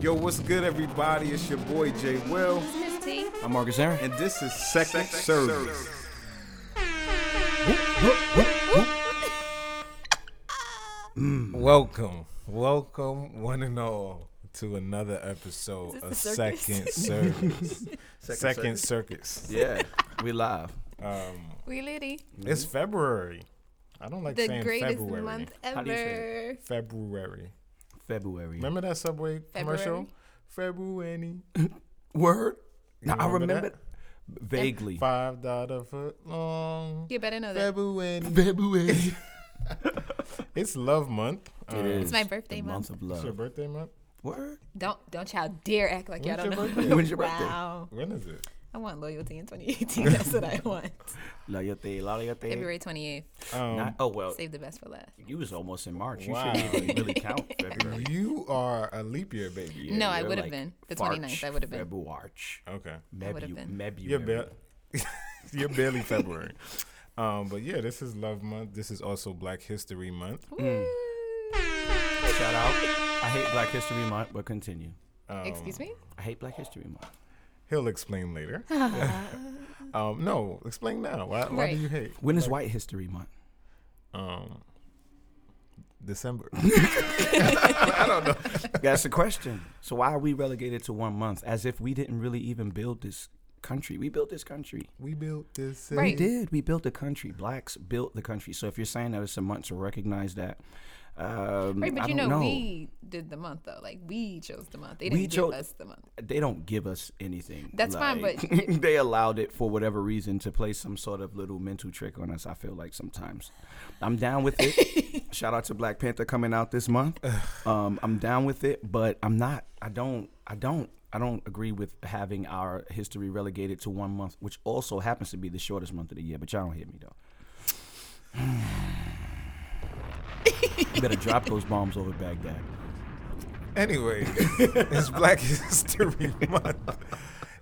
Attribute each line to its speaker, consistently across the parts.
Speaker 1: Yo, what's good, everybody? It's your boy Jay Will,
Speaker 2: I'm Marcus Aaron.
Speaker 1: and this is Second Service.
Speaker 3: Mm. Welcome, welcome, one and all, to another episode of
Speaker 4: the circus?
Speaker 3: Second Circus. Second Circus.
Speaker 2: Yeah, we live.
Speaker 3: Um,
Speaker 4: We lady,
Speaker 3: it's February. I don't like
Speaker 4: the
Speaker 3: saying
Speaker 4: greatest
Speaker 3: February.
Speaker 4: month
Speaker 2: How do you say
Speaker 4: ever.
Speaker 3: February.
Speaker 2: February.
Speaker 3: Remember that Subway commercial?
Speaker 4: February.
Speaker 3: February.
Speaker 2: Word?
Speaker 3: You
Speaker 2: Nah, I remember
Speaker 3: remember
Speaker 2: vaguely.
Speaker 3: Five dollar foot long.
Speaker 4: You better know that.
Speaker 3: February.
Speaker 2: February.
Speaker 3: It's Love Month.
Speaker 2: It is.
Speaker 4: It's my birthday
Speaker 2: the
Speaker 4: month.
Speaker 2: month of
Speaker 3: It's
Speaker 2: love.
Speaker 3: your birthday month.
Speaker 2: Word?
Speaker 4: Don't don't y'all dare act like y'all
Speaker 3: When's
Speaker 4: don't
Speaker 3: your
Speaker 4: know.
Speaker 3: birthday?
Speaker 2: When's your birthday?
Speaker 4: Wow.
Speaker 3: When is it?
Speaker 4: I want loyalty in 2018. That's what I want.
Speaker 2: Loyalty, loyalty.
Speaker 4: February 28th.
Speaker 3: Um,
Speaker 2: Not, oh well,
Speaker 4: Save the best for last.
Speaker 2: you was almost in March. You
Speaker 3: Wow.
Speaker 2: shouldn't even really count February.
Speaker 3: you are a leap year baby.
Speaker 2: Yeah,
Speaker 4: No, I
Speaker 2: you're
Speaker 4: would've
Speaker 2: like
Speaker 4: been. The
Speaker 2: Farch,
Speaker 4: 29th, I would've been.
Speaker 2: Februarch.
Speaker 3: Okay.
Speaker 4: I would've
Speaker 2: Mebu-
Speaker 4: been.
Speaker 2: Mebu-
Speaker 3: You're,
Speaker 2: Mebu-
Speaker 3: ba- you're barely February. Um, but yeah, this is Love Month. This is also Black History Month.
Speaker 2: Hmm. Shout out. I hate Black History Month, but continue.
Speaker 4: Excuse me?
Speaker 2: Um, I hate Black History Month.
Speaker 3: He'll explain later. um, no, explain now. Why, why
Speaker 4: Right.
Speaker 3: do you hate
Speaker 2: When is White History Month?
Speaker 3: um, December?
Speaker 2: That's the question. So why are we relegated to one month as if we didn't really even build this country? We built this country.
Speaker 3: we built this city.
Speaker 2: We
Speaker 4: Right.
Speaker 2: did. We built the country. Blacks built the country. So if you're saying that it's a month to recognize that, um,
Speaker 4: Right,
Speaker 2: I
Speaker 4: but you know,
Speaker 2: don't know.
Speaker 4: we did the month though. Like we chose the month. They
Speaker 2: We
Speaker 4: didn't
Speaker 2: cho-
Speaker 4: give us the month.
Speaker 2: they don't give us anything.
Speaker 4: That's fine,
Speaker 2: but they allowed it for whatever reason to play some sort of little mental trick on us. I feel like sometimes I'm down with it. Shout out to Black Panther coming out this month. Um, I'm down with it, but I'm not. I don't. I don't. I don't agree with having our history relegated to one month, which also happens to be the shortest month of the year. But y'all don't hear me though. you better drop those bombs over Baghdad.
Speaker 3: Anyway, it's Black History Month.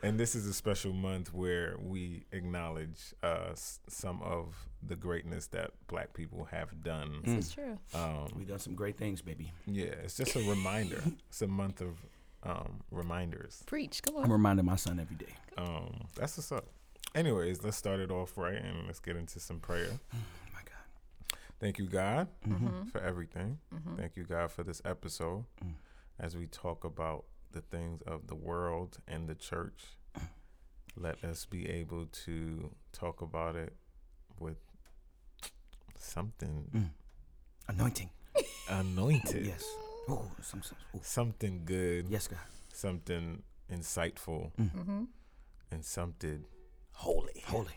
Speaker 3: And this is a special month where we acknowledge uh, s- some of the greatness that black people have done.
Speaker 2: Hmm.
Speaker 4: This is true.
Speaker 2: We done some great things, baby.
Speaker 3: Yeah, it's just a reminder. it's a month of um, reminders.
Speaker 4: Preach. Come
Speaker 2: I'm
Speaker 4: on.
Speaker 2: reminding my son every day.
Speaker 3: Um, that's what's up. Anyways, let's start it off right and let's get into some prayer.
Speaker 2: Oh my God.
Speaker 3: Thank you, God,
Speaker 2: Mm-hmm.
Speaker 4: Mm-hmm.
Speaker 3: for everything. Thank you, God, for this episode
Speaker 2: Mm.
Speaker 3: as we talk about the things of the world and the church. Let us be able to talk about it with something
Speaker 2: Anointing.
Speaker 3: anointed,
Speaker 2: Mm. Yes. Oh, some, some, ooh.
Speaker 3: something good,
Speaker 2: yes, God.
Speaker 3: something insightful,
Speaker 2: Mm. Hmm.
Speaker 4: Mm-hmm.
Speaker 3: and something.
Speaker 2: Holy, holy,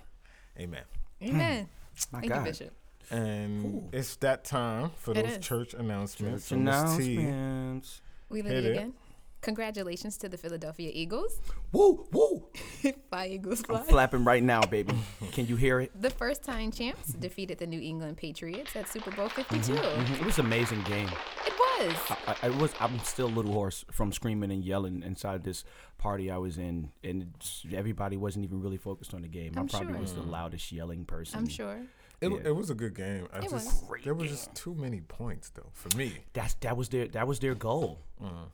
Speaker 3: Amen.
Speaker 4: Amen.
Speaker 2: my
Speaker 4: Thank you,
Speaker 2: God.
Speaker 4: Bishop.
Speaker 3: And
Speaker 2: Ooh.
Speaker 3: it's that time for
Speaker 4: It
Speaker 3: those
Speaker 4: is.
Speaker 3: church announcements.
Speaker 2: Church
Speaker 3: from Miss T.
Speaker 2: announcements.
Speaker 4: We
Speaker 3: Hit
Speaker 4: love you
Speaker 3: it.
Speaker 4: again. Congratulations to the Philadelphia Eagles.
Speaker 2: Woo, woo.
Speaker 4: Fly Eagles
Speaker 2: I'm
Speaker 4: fly.
Speaker 2: flapping right now, baby. Can you hear it?
Speaker 4: The first time champs defeated the New England Patriots at Super Bowl 52.
Speaker 2: Mhm. It was an amazing game.
Speaker 4: It was.
Speaker 2: I, I was. I'm still a little hoarse from screaming and yelling inside this party I was in, and it's, everybody wasn't even really focused on the game. I
Speaker 4: I'm
Speaker 2: probably
Speaker 4: sure.
Speaker 2: was the loudest yelling person.
Speaker 4: I'm sure.
Speaker 3: It,
Speaker 2: Yeah.
Speaker 3: it was a good game. I
Speaker 4: It
Speaker 3: just
Speaker 2: was.
Speaker 3: there was
Speaker 2: Great
Speaker 3: just too many points though for me.
Speaker 2: That's that was their that was their goal.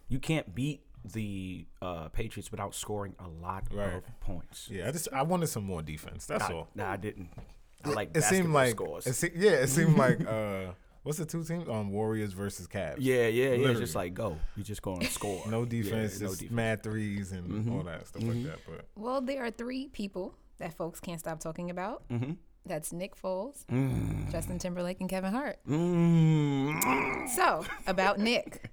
Speaker 2: You can't beat the uh, Patriots without scoring a lot
Speaker 3: Right.
Speaker 2: of points.
Speaker 3: Yeah, I just I wanted some more defense. That's
Speaker 2: I,
Speaker 3: all.
Speaker 2: nah, I didn't. I like
Speaker 3: It seemed
Speaker 2: basketball
Speaker 3: like
Speaker 2: scores.
Speaker 3: It se- yeah, it seemed like uh, what's the two teams? Um, Warriors versus Cavs.
Speaker 2: yeah, yeah, yeah.
Speaker 3: Literally.
Speaker 2: Just like go. You just go and score.
Speaker 3: no
Speaker 2: Yeah,
Speaker 3: defense,
Speaker 2: no
Speaker 3: just
Speaker 2: defense. Mm-hmm.
Speaker 3: mad threes and all that stuff like that. But
Speaker 4: Well, there are three people that folks can't stop talking about. Mm-hmm. That's Nick Foles, Justin Timberlake, and Kevin Hart.
Speaker 2: Mm.
Speaker 4: So, about Nick.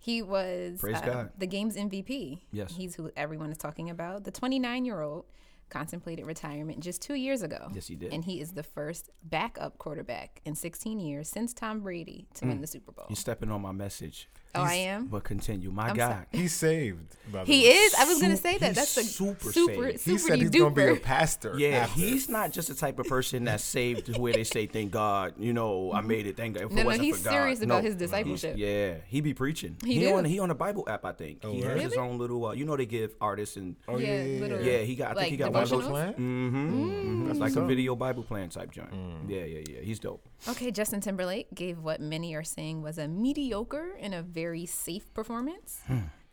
Speaker 4: He was uh,
Speaker 2: Praise God.
Speaker 4: the game's MVP.
Speaker 2: Yes.
Speaker 4: He's who everyone is talking about. The 29 year old contemplated retirement just two years ago.
Speaker 2: Yes, he did.
Speaker 4: And he is the first backup quarterback in 16 years since Tom Brady to
Speaker 2: Mm.
Speaker 4: win the Super Bowl.
Speaker 2: You're stepping on my message,
Speaker 4: Oh, I am.
Speaker 2: but continue. My God,
Speaker 3: he saved. By the
Speaker 4: He
Speaker 3: way.
Speaker 4: is. I was gonna
Speaker 2: Sup-
Speaker 4: say that.
Speaker 2: he's
Speaker 4: That's a super,
Speaker 2: super
Speaker 4: super,
Speaker 2: saved.
Speaker 3: He said he's gonna be a
Speaker 4: duper.
Speaker 3: pastor.
Speaker 2: yeah,
Speaker 3: after.
Speaker 2: he's not just the type of person that's saved where they say, "Thank God, you know, I made it. Thank God." If it
Speaker 4: Mm-hmm. No, no,
Speaker 2: wasn't
Speaker 4: he's
Speaker 2: for God.
Speaker 4: serious about
Speaker 2: No.
Speaker 4: his discipleship.
Speaker 2: Yeah, he be preaching. He,
Speaker 4: He
Speaker 2: on
Speaker 4: do.
Speaker 2: he on a Bible app, I think. he has
Speaker 3: Oh, word.
Speaker 2: his own little. Uh, you know, they give artists and
Speaker 3: Oh yeah,
Speaker 4: Yeah,
Speaker 3: yeah, yeah.
Speaker 4: literally.
Speaker 2: yeah, he got. I think
Speaker 4: Like
Speaker 2: he got one of
Speaker 3: Bible
Speaker 2: those.
Speaker 4: devotionals?
Speaker 3: plan.
Speaker 2: Mm-hmm. That's like
Speaker 3: what's
Speaker 2: a
Speaker 3: up. Mm.
Speaker 2: video Bible plan type joint. Yeah, yeah, yeah. He's dope.
Speaker 4: Okay, Justin Timberlake gave what many are saying was a mediocre and a very safe performance.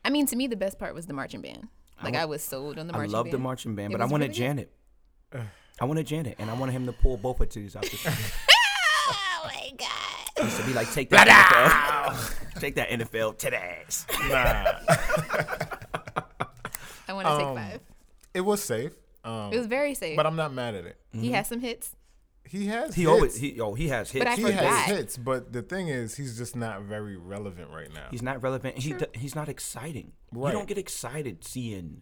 Speaker 4: I mean, to me, the best part was the marching band. Like I,
Speaker 2: Hmm. wa-
Speaker 4: was sold on the
Speaker 2: I
Speaker 4: marching
Speaker 2: love
Speaker 4: band.
Speaker 2: the marching band,
Speaker 4: It
Speaker 2: but I
Speaker 4: was
Speaker 2: wanted
Speaker 4: really good.
Speaker 2: Janet. I wanted Janet, and I wanted him to pull both her titties out. The shirt.
Speaker 4: Oh my god!
Speaker 2: to be like, take that NFL, take that NFL titties.
Speaker 3: Nah,
Speaker 4: I want to
Speaker 3: Um,
Speaker 4: take five.
Speaker 3: it was safe. Um,
Speaker 4: It was very safe.
Speaker 3: but I'm not mad at it.
Speaker 4: He
Speaker 2: Mm-hmm.
Speaker 4: has some hits.
Speaker 3: He has.
Speaker 2: He
Speaker 3: hits.
Speaker 2: always, he, yo, he has hits.
Speaker 4: I
Speaker 3: he
Speaker 4: forgot.
Speaker 3: has hits, but the thing is, he's just not very relevant right now.
Speaker 2: He's not relevant. He d- he's not exciting.
Speaker 3: Right.
Speaker 2: You don't get excited seeing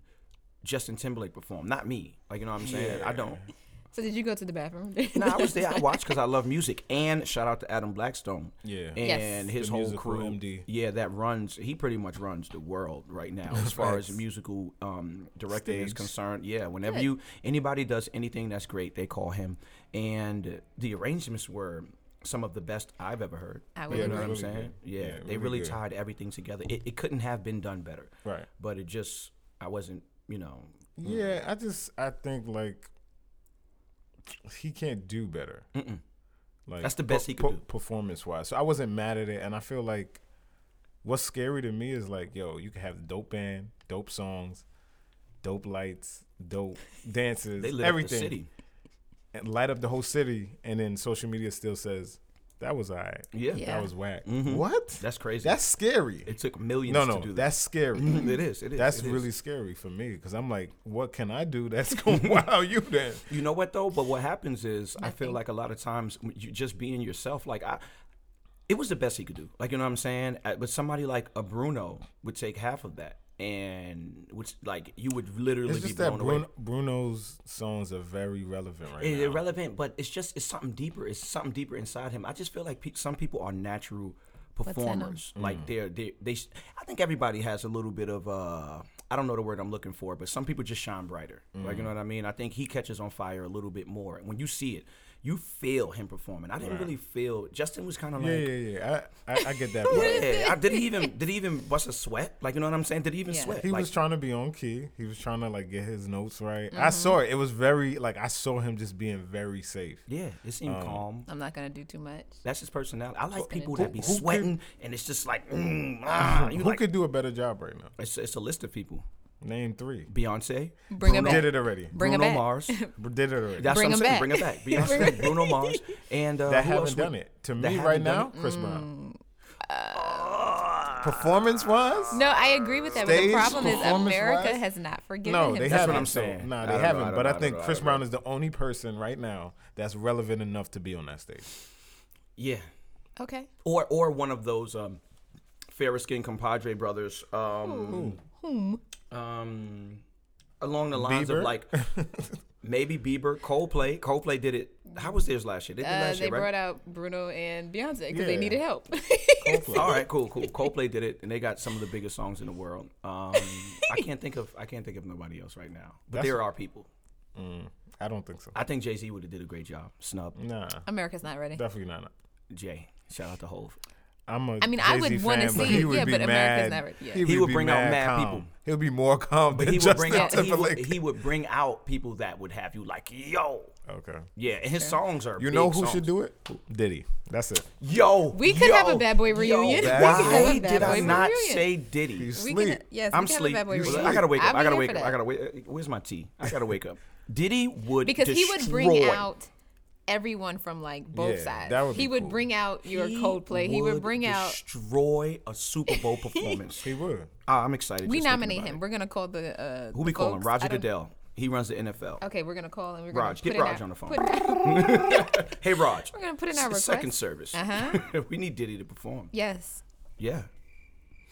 Speaker 2: Justin Timberlake perform. Not me. Like you know what I'm saying. I don't.
Speaker 4: So did you go to the bathroom?
Speaker 2: No, I was there. I watched because I love music. And shout out to Adam Blackstone.
Speaker 3: Yeah.
Speaker 2: And
Speaker 4: Yes.
Speaker 2: his
Speaker 3: The
Speaker 2: whole
Speaker 3: musical
Speaker 2: crew.
Speaker 3: MD.
Speaker 2: Yeah, that runs. He pretty much runs the world right now as far as musical um, directing is
Speaker 3: Stage.
Speaker 2: concerned. Yeah. Whenever
Speaker 4: Good.
Speaker 2: you anybody does anything that's great, they call him. And the arrangements were some of the best I've ever heard.
Speaker 4: I would
Speaker 2: you
Speaker 4: agree.
Speaker 2: know what I'm
Speaker 3: Really
Speaker 2: saying?
Speaker 3: good.
Speaker 2: Yeah,
Speaker 3: Yeah, really
Speaker 2: They really
Speaker 3: good.
Speaker 2: tied everything together. It, it couldn't have been done better.
Speaker 3: Right.
Speaker 2: But it just I wasn't. You know.
Speaker 3: Yeah, I just I think like he can't do better. Like
Speaker 2: That's the best he could do.
Speaker 3: performance wise. So I wasn't mad at it, and I feel like what's scary to me is like, yo, you can have dope band, dope songs, dope lights, dope dances,
Speaker 2: They live in the
Speaker 3: everything,
Speaker 2: city.
Speaker 3: and light up the whole city, and then social media still says that was alright,
Speaker 2: Yeah. Mm-hmm.
Speaker 4: Yeah.
Speaker 3: that was whack. What?
Speaker 2: That's crazy.
Speaker 3: That's scary.
Speaker 2: it took millions
Speaker 3: no,
Speaker 2: to
Speaker 3: no,
Speaker 2: do that. Mm-hmm.
Speaker 3: that's scary.
Speaker 2: It is. It is.
Speaker 3: That's
Speaker 2: it is.
Speaker 3: really scary for me because I'm like, what can I do that's going to wow you then?
Speaker 2: You know what though? But what happens is I feel
Speaker 4: Nothing.
Speaker 2: like a lot of times when you just being yourself. Like I, it was the best he could do. Like you know what I'm saying? Uh, But somebody like a Bruno would take half of that, and which like you would literally
Speaker 3: It's
Speaker 2: be
Speaker 3: just that
Speaker 2: blown away.
Speaker 3: Bruno, Bruno's songs are very relevant right
Speaker 2: It's
Speaker 3: now.
Speaker 2: irrelevant, but it's just it's something deeper. It's something deeper inside him. I just feel like pe- some people are natural
Speaker 4: in
Speaker 2: performers.
Speaker 3: Mm.
Speaker 2: Like they're they they. sh- I think everybody has a little bit of uh. I don't know the word I'm looking for, but some people just shine brighter. Like
Speaker 3: Mm.
Speaker 2: you know what I mean. I think he catches on fire a little bit more. And when you see it, you feel him performing. I didn't really feel. Justin was kind of
Speaker 3: yeah,
Speaker 2: like.
Speaker 3: yeah, yeah. I, I, I get that. part.
Speaker 2: Yeah, I, did he even did he even bust a sweat? Like you know what I'm saying? Did he even
Speaker 4: Yeah.
Speaker 2: sweat?
Speaker 3: He
Speaker 2: like, Mm-hmm.
Speaker 3: was trying to be on key. He was trying to like get his notes right. I saw it. It was very like I saw him just being very safe.
Speaker 2: yeah, it seemed
Speaker 3: Oh.
Speaker 2: calm.
Speaker 4: I'm not gonna do too much.
Speaker 2: That's his personality. I like people
Speaker 4: do.
Speaker 2: that be
Speaker 3: Who- who could-
Speaker 2: sweating and it's just like, mm, ah, you
Speaker 3: Who
Speaker 2: like,
Speaker 3: could do a better job right now?
Speaker 2: It's, it's a list of people.
Speaker 3: Name three.
Speaker 2: Beyonce.
Speaker 4: Bring him
Speaker 3: Did
Speaker 4: back.
Speaker 3: it already.
Speaker 4: Bring him
Speaker 2: Bruno
Speaker 4: back.
Speaker 2: Mars.
Speaker 3: Did it already.
Speaker 2: That's
Speaker 4: Bring him
Speaker 2: what I'm saying.
Speaker 4: back.
Speaker 2: Bring it back. Beyonce, Bruno Mars, and uh,
Speaker 3: that
Speaker 2: who else
Speaker 3: haven't done
Speaker 2: would-
Speaker 3: it to
Speaker 2: that
Speaker 3: me
Speaker 2: haven't
Speaker 3: right now.
Speaker 2: done Mm.
Speaker 3: Chris Brown.
Speaker 2: Ah.
Speaker 3: Performance wise,
Speaker 4: No, I agree with that. but
Speaker 3: Stage
Speaker 4: the problem is
Speaker 3: performance-wise?
Speaker 4: America has not forgiven
Speaker 3: No,
Speaker 4: him.
Speaker 3: they
Speaker 4: for
Speaker 3: haven't.
Speaker 4: that.
Speaker 2: what I'm
Speaker 3: so-
Speaker 2: saying.
Speaker 3: Nah,
Speaker 2: I
Speaker 3: they
Speaker 2: don't know,
Speaker 3: haven't.
Speaker 2: I don't
Speaker 3: but
Speaker 2: know,
Speaker 3: I
Speaker 2: I
Speaker 3: think
Speaker 2: don't know,
Speaker 3: Chris
Speaker 2: I don't
Speaker 3: Brown is the only person right now that's relevant enough to be on that stage.
Speaker 2: Yeah.
Speaker 4: Okay.
Speaker 2: Or or one of those um, fair skinned compadre brothers. Um, um, along the lines
Speaker 3: Bieber?
Speaker 2: of like maybe Bieber, Coldplay. Coldplay did it. How was theirs last year? They did
Speaker 4: Uh,
Speaker 2: last
Speaker 4: they
Speaker 2: year, right?
Speaker 4: brought out Bruno and Beyonce because they
Speaker 3: Yeah.
Speaker 4: needed help.
Speaker 3: Hopefully.
Speaker 2: All right, cool, cool. Coldplay did it, and they got some of the biggest songs in the world. Um, I can't think of I can't think of nobody else right now, but
Speaker 3: That's-
Speaker 2: there are people.
Speaker 3: I don't think so.
Speaker 2: I think Jay Z would have did a great job. Snub
Speaker 3: Nah,
Speaker 4: America's not ready.
Speaker 3: definitely not.
Speaker 2: Jay. Shout out to Hove.
Speaker 3: I'm a
Speaker 4: I mean, I would
Speaker 3: Jay-Z
Speaker 4: wanna
Speaker 3: fan, but
Speaker 4: see
Speaker 3: he
Speaker 4: it,
Speaker 3: would
Speaker 4: yeah,
Speaker 3: be
Speaker 4: but
Speaker 3: mad.
Speaker 4: America's not ready. Yeah.
Speaker 2: He would bring out
Speaker 3: mad
Speaker 2: mad
Speaker 3: calm.
Speaker 2: people.
Speaker 3: He'll be more calm than
Speaker 2: He would
Speaker 3: Justin
Speaker 2: bring out he would,
Speaker 3: Timberlake.
Speaker 2: he would bring out people that would have you like yo
Speaker 3: okay.
Speaker 2: yeah, and his songs are
Speaker 3: You know
Speaker 2: big
Speaker 3: who
Speaker 2: songs.
Speaker 3: should do it? Diddy. That's it.
Speaker 2: yo.
Speaker 4: We could have a
Speaker 2: yo,
Speaker 4: Bad Boy
Speaker 2: yo.
Speaker 4: reunion.
Speaker 3: Bad Boy.
Speaker 2: Why
Speaker 4: We could have a Bad
Speaker 2: did I
Speaker 4: Boy
Speaker 2: not
Speaker 4: reunion.
Speaker 2: say Diddy?
Speaker 3: He's
Speaker 4: We can,
Speaker 3: sleep.
Speaker 4: yes,
Speaker 2: I'm
Speaker 4: we can have a
Speaker 2: sleep.
Speaker 4: bad boy
Speaker 2: You
Speaker 4: reunion.
Speaker 2: sleep. I gotta wake up.
Speaker 4: I'll be
Speaker 2: I gotta
Speaker 4: here
Speaker 2: wake
Speaker 4: for
Speaker 2: up.
Speaker 4: that.
Speaker 2: I gotta wake. uh, Where's my tea? I gotta wake up. Diddy would
Speaker 4: because he would bring
Speaker 2: destroy.
Speaker 4: out everyone from like both
Speaker 3: Yeah,
Speaker 4: sides.
Speaker 3: that would
Speaker 4: he
Speaker 3: be
Speaker 4: would
Speaker 3: cool.
Speaker 4: bring out your Coldplay. He would bring out.
Speaker 2: destroy a Super Bowl performance.
Speaker 3: He would.
Speaker 2: Ah, I'm excited.
Speaker 4: We
Speaker 2: just thinking
Speaker 4: nominate
Speaker 2: about
Speaker 4: him.
Speaker 2: it.
Speaker 4: We're gonna call the. Uh,
Speaker 2: Who
Speaker 4: the
Speaker 2: we call him?
Speaker 4: folks.
Speaker 2: Roger
Speaker 4: I don't-
Speaker 2: Goodell. He runs the NFL.
Speaker 4: Okay, we're gonna call and we're gonna
Speaker 2: Raj,
Speaker 4: put
Speaker 2: get
Speaker 4: in
Speaker 2: Raj
Speaker 4: our-
Speaker 2: on the phone.
Speaker 4: put in our-
Speaker 2: Hey, Raj. We're
Speaker 4: gonna put in our request.
Speaker 2: second service.
Speaker 4: Uh-huh.
Speaker 2: we need Diddy to perform.
Speaker 4: yes.
Speaker 2: Yeah.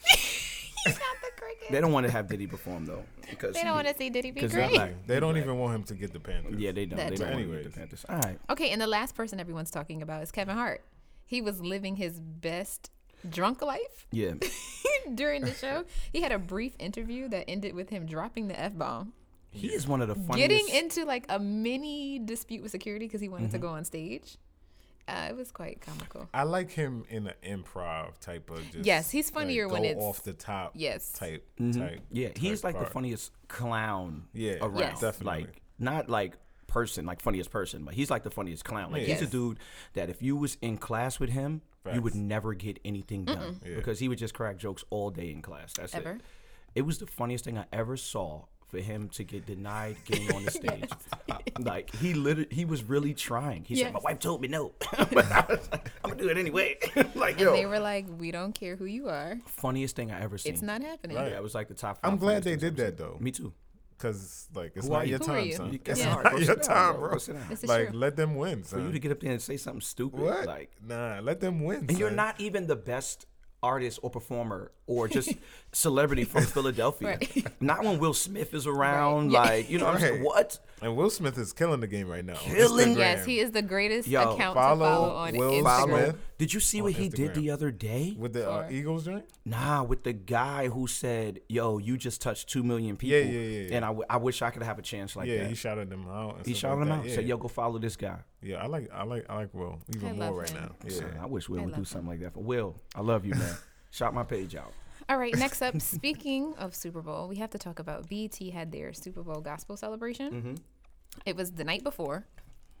Speaker 4: He's not the cricket.
Speaker 2: They don't want to have Diddy perform though, because
Speaker 4: They don't want to see Diddy be
Speaker 2: 'Cause they're
Speaker 4: great.
Speaker 2: black.
Speaker 3: They don't even want him to get the Panthers.
Speaker 2: Yeah, they don't.
Speaker 4: That
Speaker 2: They
Speaker 4: too.
Speaker 2: don't want to get the
Speaker 3: Anyways.
Speaker 2: Panthers. All right.
Speaker 4: Okay, and the last person everyone's talking about is Kevin Hart. He was living his best drunk life
Speaker 2: Yeah.
Speaker 4: during the show. he had a brief interview that ended with him dropping the f bomb,
Speaker 2: He is one of the funniest.
Speaker 4: getting into like a mini dispute with security because he wanted
Speaker 3: Mm-hmm.
Speaker 4: to go on stage. Uh, it was quite comical.
Speaker 3: I like him in an improv type of. Just,
Speaker 4: Yes, he's
Speaker 3: like,
Speaker 4: funnier when
Speaker 3: go
Speaker 4: it's-
Speaker 3: off the top.
Speaker 4: Yes.
Speaker 3: Type. type
Speaker 2: Yeah, he's
Speaker 3: type
Speaker 2: like
Speaker 3: part.
Speaker 2: the funniest clown
Speaker 3: Yeah,
Speaker 2: around.
Speaker 4: Yes.
Speaker 3: definitely.
Speaker 2: Like not like person, like funniest person, but he's like the funniest clown. Like he's
Speaker 4: Yes.
Speaker 2: a dude that if you was in class with him, you would
Speaker 3: Facts.
Speaker 2: never get anything done because he would just crack jokes all day in class. That's
Speaker 4: Ever.
Speaker 2: it. It was the funniest thing I ever saw for him to get denied getting on the stage. like he literally, he was really trying. He said,
Speaker 4: Yes.
Speaker 2: "My wife told me no, but I was like, I'm gonna do it anyway." like yo,
Speaker 4: They were like, we don't care who you are.
Speaker 2: funniest thing I ever seen.
Speaker 4: It's not happening.
Speaker 3: Right.
Speaker 2: Yeah, it was like the top. Five
Speaker 3: I'm glad
Speaker 2: funniest
Speaker 3: they
Speaker 2: things
Speaker 3: did
Speaker 2: I've
Speaker 3: that though,
Speaker 2: seen. Me too.
Speaker 3: because like it's
Speaker 2: Who are
Speaker 3: not
Speaker 2: you?
Speaker 3: your
Speaker 4: Who are
Speaker 3: time,
Speaker 4: you?
Speaker 3: son.
Speaker 4: You-
Speaker 3: It's
Speaker 4: Yeah.
Speaker 3: not your time, bro.
Speaker 2: Sit down.
Speaker 4: This is
Speaker 3: Like
Speaker 4: true.
Speaker 3: let them win, son.
Speaker 2: For you to get up there and say something stupid,
Speaker 3: what?
Speaker 2: like
Speaker 3: nah, let them win.
Speaker 2: And you're
Speaker 3: son.
Speaker 2: not even the best artist or performer or just celebrity from Philadelphia.
Speaker 4: Right.
Speaker 2: Not when Will Smith is around,
Speaker 4: Yeah.
Speaker 2: like, you know what I'm saying?
Speaker 3: Right.
Speaker 2: What?
Speaker 3: And Will Smith is killing the game right now.
Speaker 2: Killing-
Speaker 4: Yes, he is the greatest
Speaker 2: Yo,
Speaker 4: account
Speaker 3: follow
Speaker 4: to follow on
Speaker 3: Will
Speaker 4: Instagram.
Speaker 3: Smith.
Speaker 2: Did you see what he did
Speaker 3: Instagram.
Speaker 2: the other day?
Speaker 3: with the uh,
Speaker 4: Or-
Speaker 3: Eagles joint.
Speaker 2: Nah, with the guy who said, "Yo, you just touched two million people,"
Speaker 3: Yeah, yeah, yeah, yeah.
Speaker 2: and I, w- I wish I could have a chance like
Speaker 3: yeah,
Speaker 2: that.
Speaker 3: he shouted them out. And
Speaker 2: He
Speaker 3: stuff
Speaker 2: shouted
Speaker 3: like
Speaker 2: him
Speaker 3: that.
Speaker 2: out,
Speaker 3: Yeah.
Speaker 2: said, "Yo, go follow this guy."
Speaker 3: yeah, I like, I like, I like Will even
Speaker 4: I
Speaker 3: more
Speaker 4: love
Speaker 3: right
Speaker 4: him.
Speaker 3: now. Yeah,
Speaker 2: Son, I wish Will
Speaker 4: I
Speaker 2: would
Speaker 4: love
Speaker 2: do something like that for Will. I love you, man. Shout my page out.
Speaker 4: All right, next up, speaking of Super Bowl, we have to talk about BT had their Super Bowl gospel celebration.
Speaker 2: Mm-hmm.
Speaker 4: It was the night before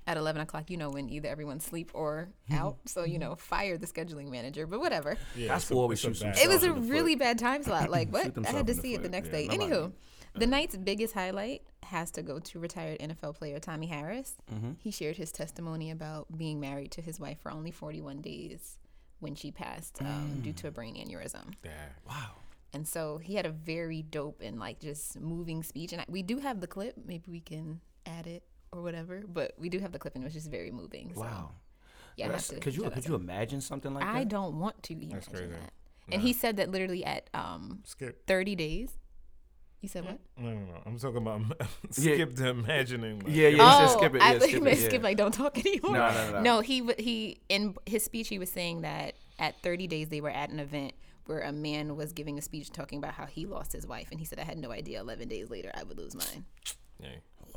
Speaker 4: at 11 o'clock. You know, when either everyone's sleep or
Speaker 2: Mm-hmm.
Speaker 4: out. so, you know, fire the scheduling manager, but whatever.
Speaker 3: yeah
Speaker 2: That's
Speaker 3: it's a-
Speaker 2: what always
Speaker 3: it's a bad-
Speaker 2: shoots him.
Speaker 4: It was a
Speaker 2: Themselves in the
Speaker 4: really bad time slot. Like, what?
Speaker 2: Shoot
Speaker 4: I had
Speaker 2: themselves
Speaker 4: to
Speaker 2: in the
Speaker 4: see it the
Speaker 2: foot.
Speaker 4: next
Speaker 2: Yeah, Uh-huh.
Speaker 4: day.
Speaker 2: my bad.
Speaker 4: Anywho, the night's biggest highlight has to go to retired NFL player Tommy Harris.
Speaker 2: Mm-hmm.
Speaker 4: He shared his testimony about being married to his wife for only 41 days when she passed um, due to a brain aneurysm.
Speaker 3: Yeah.
Speaker 4: And so he had a very dope and like just moving speech. And I, we do have the clip. Maybe we can add it or whatever. But we do have the clip, and it was just very moving. So,
Speaker 2: Wow.
Speaker 4: Yeah, I have
Speaker 2: That's-
Speaker 4: to
Speaker 2: could you
Speaker 4: shout out
Speaker 2: could
Speaker 4: to
Speaker 2: you
Speaker 4: him.
Speaker 2: imagine something like
Speaker 4: I
Speaker 2: that?
Speaker 4: don't want to imagine
Speaker 3: crazy.
Speaker 4: that. And he said that literally at um,
Speaker 3: Skip.
Speaker 4: 30 days. You said what?
Speaker 3: No, no, no. I'm talking about skip the imagining. Like,
Speaker 2: Yeah, yeah. He said skip it,
Speaker 4: Oh, I
Speaker 2: yeah,
Speaker 4: thought you
Speaker 2: skip
Speaker 4: meant
Speaker 2: it, yeah.
Speaker 4: skip like don't talk anymore.
Speaker 2: No, no, no, no.
Speaker 4: he w- he in his speech he was saying that at 30 days they were at an event where a man was giving a speech talking about how he lost his wife, and he said, "I had no idea. 11 days later, I would lose mine."
Speaker 3: Yeah,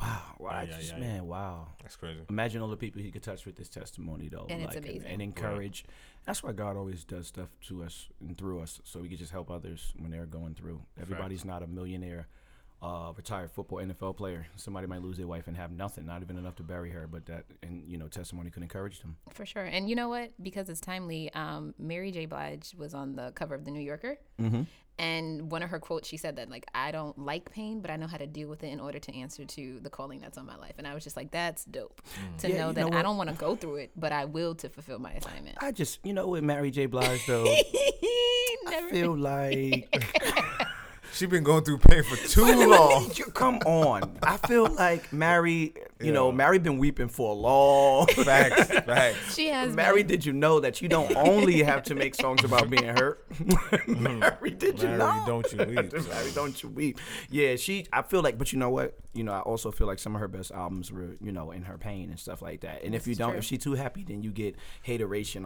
Speaker 2: wow. Wow.
Speaker 3: yeah,
Speaker 2: just,
Speaker 3: yeah, yeah.
Speaker 2: man. Wow.
Speaker 3: that's crazy.
Speaker 2: Imagine all the people he could touch with this testimony, though.
Speaker 4: And it's
Speaker 2: and,
Speaker 4: amazing.
Speaker 2: and encourage. That's why God always does stuff to us and through us, so we can just help others when they're going through. Everybody's not a millionaire, uh, retired football NFL player. Somebody might lose their wife and have nothing, not even enough to bury her. But that and you know testimony could encourage them.
Speaker 4: For sure. And you know what? Because it's timely, um, Mary J. Blige was on the cover of The New Yorker.
Speaker 2: Mm-hmm.
Speaker 4: And one of her quotes, she said that, like, I don't like pain, but I know how to deal with it in order to answer to the calling that's on my life. And I was just like, that's dope to
Speaker 2: Yeah,
Speaker 4: know
Speaker 2: you
Speaker 4: that
Speaker 2: know
Speaker 4: I
Speaker 2: what?
Speaker 4: don't want to go through it, but I will to fulfill my assignment.
Speaker 2: I just you know with Mary J. Blige though, I
Speaker 4: Never.
Speaker 2: feel like
Speaker 3: She's been going through pain for too long.
Speaker 2: You- come on. I feel like Mary. You know, Mary been weeping for a long.
Speaker 3: facts, facts.
Speaker 4: She has
Speaker 2: Mary,
Speaker 4: been.
Speaker 2: did you know that you don't only have to make songs about being hurt? Mary, did you
Speaker 3: Mm-hmm. Mary,
Speaker 2: know?
Speaker 3: don't you weep.
Speaker 2: Mary, don't you weep? Yeah, she. I feel like, but you know what? You know, I also feel like some of her best albums were, you know, in her pain and stuff like that. And if you don't, if she too happy, then you get hateration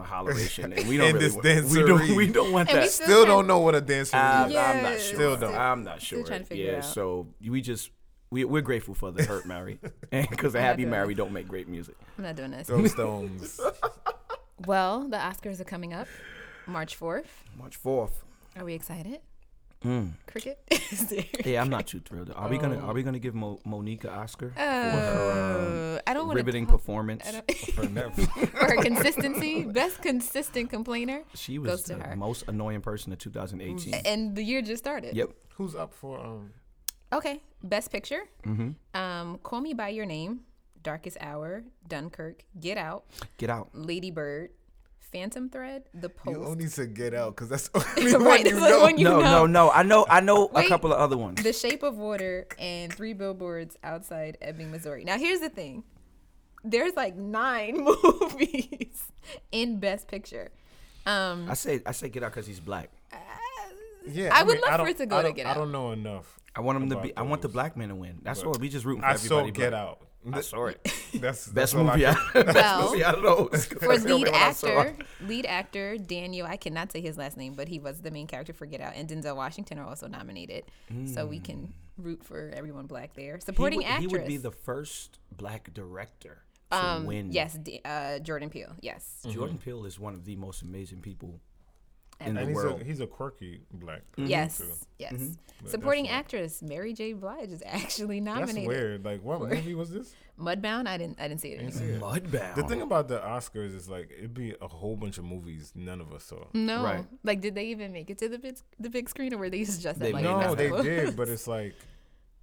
Speaker 2: or holleration, and we don't
Speaker 3: And
Speaker 2: really.
Speaker 3: this
Speaker 2: Want, we don't. We
Speaker 3: dancery.
Speaker 2: don't want
Speaker 4: And we
Speaker 2: that.
Speaker 4: still
Speaker 3: Still
Speaker 4: trying-
Speaker 3: don't know what a dancer
Speaker 2: I,
Speaker 3: is.
Speaker 2: Uh, I'm
Speaker 4: Yeah.
Speaker 2: not sure.
Speaker 3: Still don't.
Speaker 2: I'm not sure.
Speaker 4: trying to figure
Speaker 2: yeah,
Speaker 4: it out.
Speaker 2: so we just we we're grateful for the hurt Mary, because the happy
Speaker 4: doing
Speaker 2: Mary don't make great music.
Speaker 4: I'm not doing this.
Speaker 3: Throw stones.
Speaker 4: Well, the Oscars are coming up March 4th.
Speaker 2: March fourth.
Speaker 4: Are we excited?
Speaker 2: Mm.
Speaker 4: Cricket? Is there-
Speaker 2: Yeah, I'm not too thrilled. Are we gonna Are we gonna give Mo- Monique an Oscar
Speaker 4: Oh, I don't
Speaker 2: for
Speaker 4: want to.
Speaker 2: riveting performance?
Speaker 3: For Netflix.
Speaker 4: for her consistency, best consistent complainer.
Speaker 2: She
Speaker 4: Goes
Speaker 2: was
Speaker 4: to
Speaker 2: the
Speaker 4: her. Mm.
Speaker 2: most annoying person in 2018.
Speaker 4: And the year just started.
Speaker 2: yep.
Speaker 3: Who's up for um?
Speaker 4: Okay. Best picture.
Speaker 2: Mm-hmm.
Speaker 4: Um, Call Me by Your Name, Darkest Hour, Dunkirk, Get Out,
Speaker 2: Get out.
Speaker 4: Lady Bird, Phantom Thread, The Post.
Speaker 3: You only to get out because that's the only
Speaker 4: right,
Speaker 3: one you
Speaker 4: that's the
Speaker 3: know.
Speaker 4: one you
Speaker 2: no,
Speaker 4: know.
Speaker 2: no, no. I know. I know
Speaker 4: Wait.
Speaker 2: a couple of other ones.
Speaker 4: The Shape of Water and Three Billboards Outside Ebbing, Missouri. Now here's the thing. There's like nine movies in Best Picture. Um,
Speaker 2: I say I say get out because he's black.
Speaker 3: Yeah,
Speaker 4: I would
Speaker 3: mean,
Speaker 4: love for
Speaker 3: don't-
Speaker 4: it to go
Speaker 3: I
Speaker 4: to
Speaker 3: don't-
Speaker 4: Get
Speaker 3: I
Speaker 4: Out.
Speaker 3: don't know enough.
Speaker 2: I want him to
Speaker 3: About
Speaker 2: be. I want the
Speaker 3: those.
Speaker 2: black man to win. That's all. We just rooting for
Speaker 3: I saw
Speaker 2: everybody.
Speaker 3: Get
Speaker 2: black.
Speaker 3: Out.
Speaker 2: I saw it.
Speaker 3: That's
Speaker 2: Best
Speaker 3: that's all I
Speaker 2: movie. I,
Speaker 3: could-
Speaker 4: Well,
Speaker 2: best movie out of those.
Speaker 4: for
Speaker 2: That's the only
Speaker 4: lead
Speaker 2: one I saw.
Speaker 4: actor, lead actor Daniel, I cannot say his last name, but he was the main character for Get Out, and Denzel Washington are also nominated, so we can root for everyone black there. Supporting
Speaker 2: Hmm. he
Speaker 4: actress, Um,
Speaker 2: would, He would be the first black director to win. Mm-hmm.
Speaker 4: yes, D- uh, Jordan Peele, yes,
Speaker 2: Jordan Peele is one of the most amazing people in the
Speaker 3: And he's a,
Speaker 2: world. Mm-hmm.
Speaker 3: he's a quirky black person
Speaker 4: Yes,
Speaker 3: too.
Speaker 4: yes.
Speaker 3: that's
Speaker 4: Supporting
Speaker 3: not-
Speaker 4: actress Mary J. Blige is actually
Speaker 3: That's
Speaker 4: nominated.
Speaker 3: weird. Like, what movie was this?
Speaker 4: Mudbound. I didn't. I didn't see it.
Speaker 3: I didn't
Speaker 4: anywhere.
Speaker 3: see it.
Speaker 2: Mudbound.
Speaker 3: The thing about the Oscars is like it'd be a whole bunch of movies none of us saw.
Speaker 2: Mm,
Speaker 4: No.
Speaker 2: Right.
Speaker 4: Like, did they even make it to the big, the big screen, or were they just at
Speaker 2: They
Speaker 4: like
Speaker 2: made
Speaker 3: no,
Speaker 2: that's
Speaker 3: they
Speaker 4: festivals?
Speaker 3: did, but it's like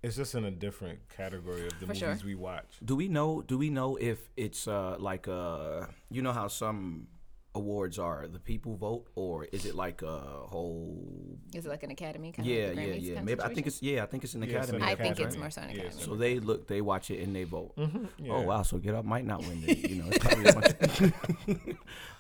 Speaker 3: it's just in a different category of the
Speaker 4: For
Speaker 3: movies
Speaker 4: sure.
Speaker 3: we watch.
Speaker 2: Do we know? Do we know if it's uh, like uh, you know how some awards are the people vote, or is it like a whole?
Speaker 4: Is it like an academy kind
Speaker 2: Yeah,
Speaker 4: of like Oh, the
Speaker 2: yeah,
Speaker 4: Grammys
Speaker 2: yeah.
Speaker 4: kind
Speaker 2: Maybe
Speaker 4: of
Speaker 2: I think
Speaker 4: situation?
Speaker 2: it's yeah. I think it's an
Speaker 3: Yeah,
Speaker 2: academy.
Speaker 3: an
Speaker 4: I think it's
Speaker 3: academy.
Speaker 4: more so an academy.
Speaker 3: it's
Speaker 2: So
Speaker 3: an
Speaker 2: they look, they watch it, and they vote.
Speaker 3: Mm-hmm. yeah.
Speaker 2: Oh wow! So Get Up might not win. Then. You know, it's probably a bunch of.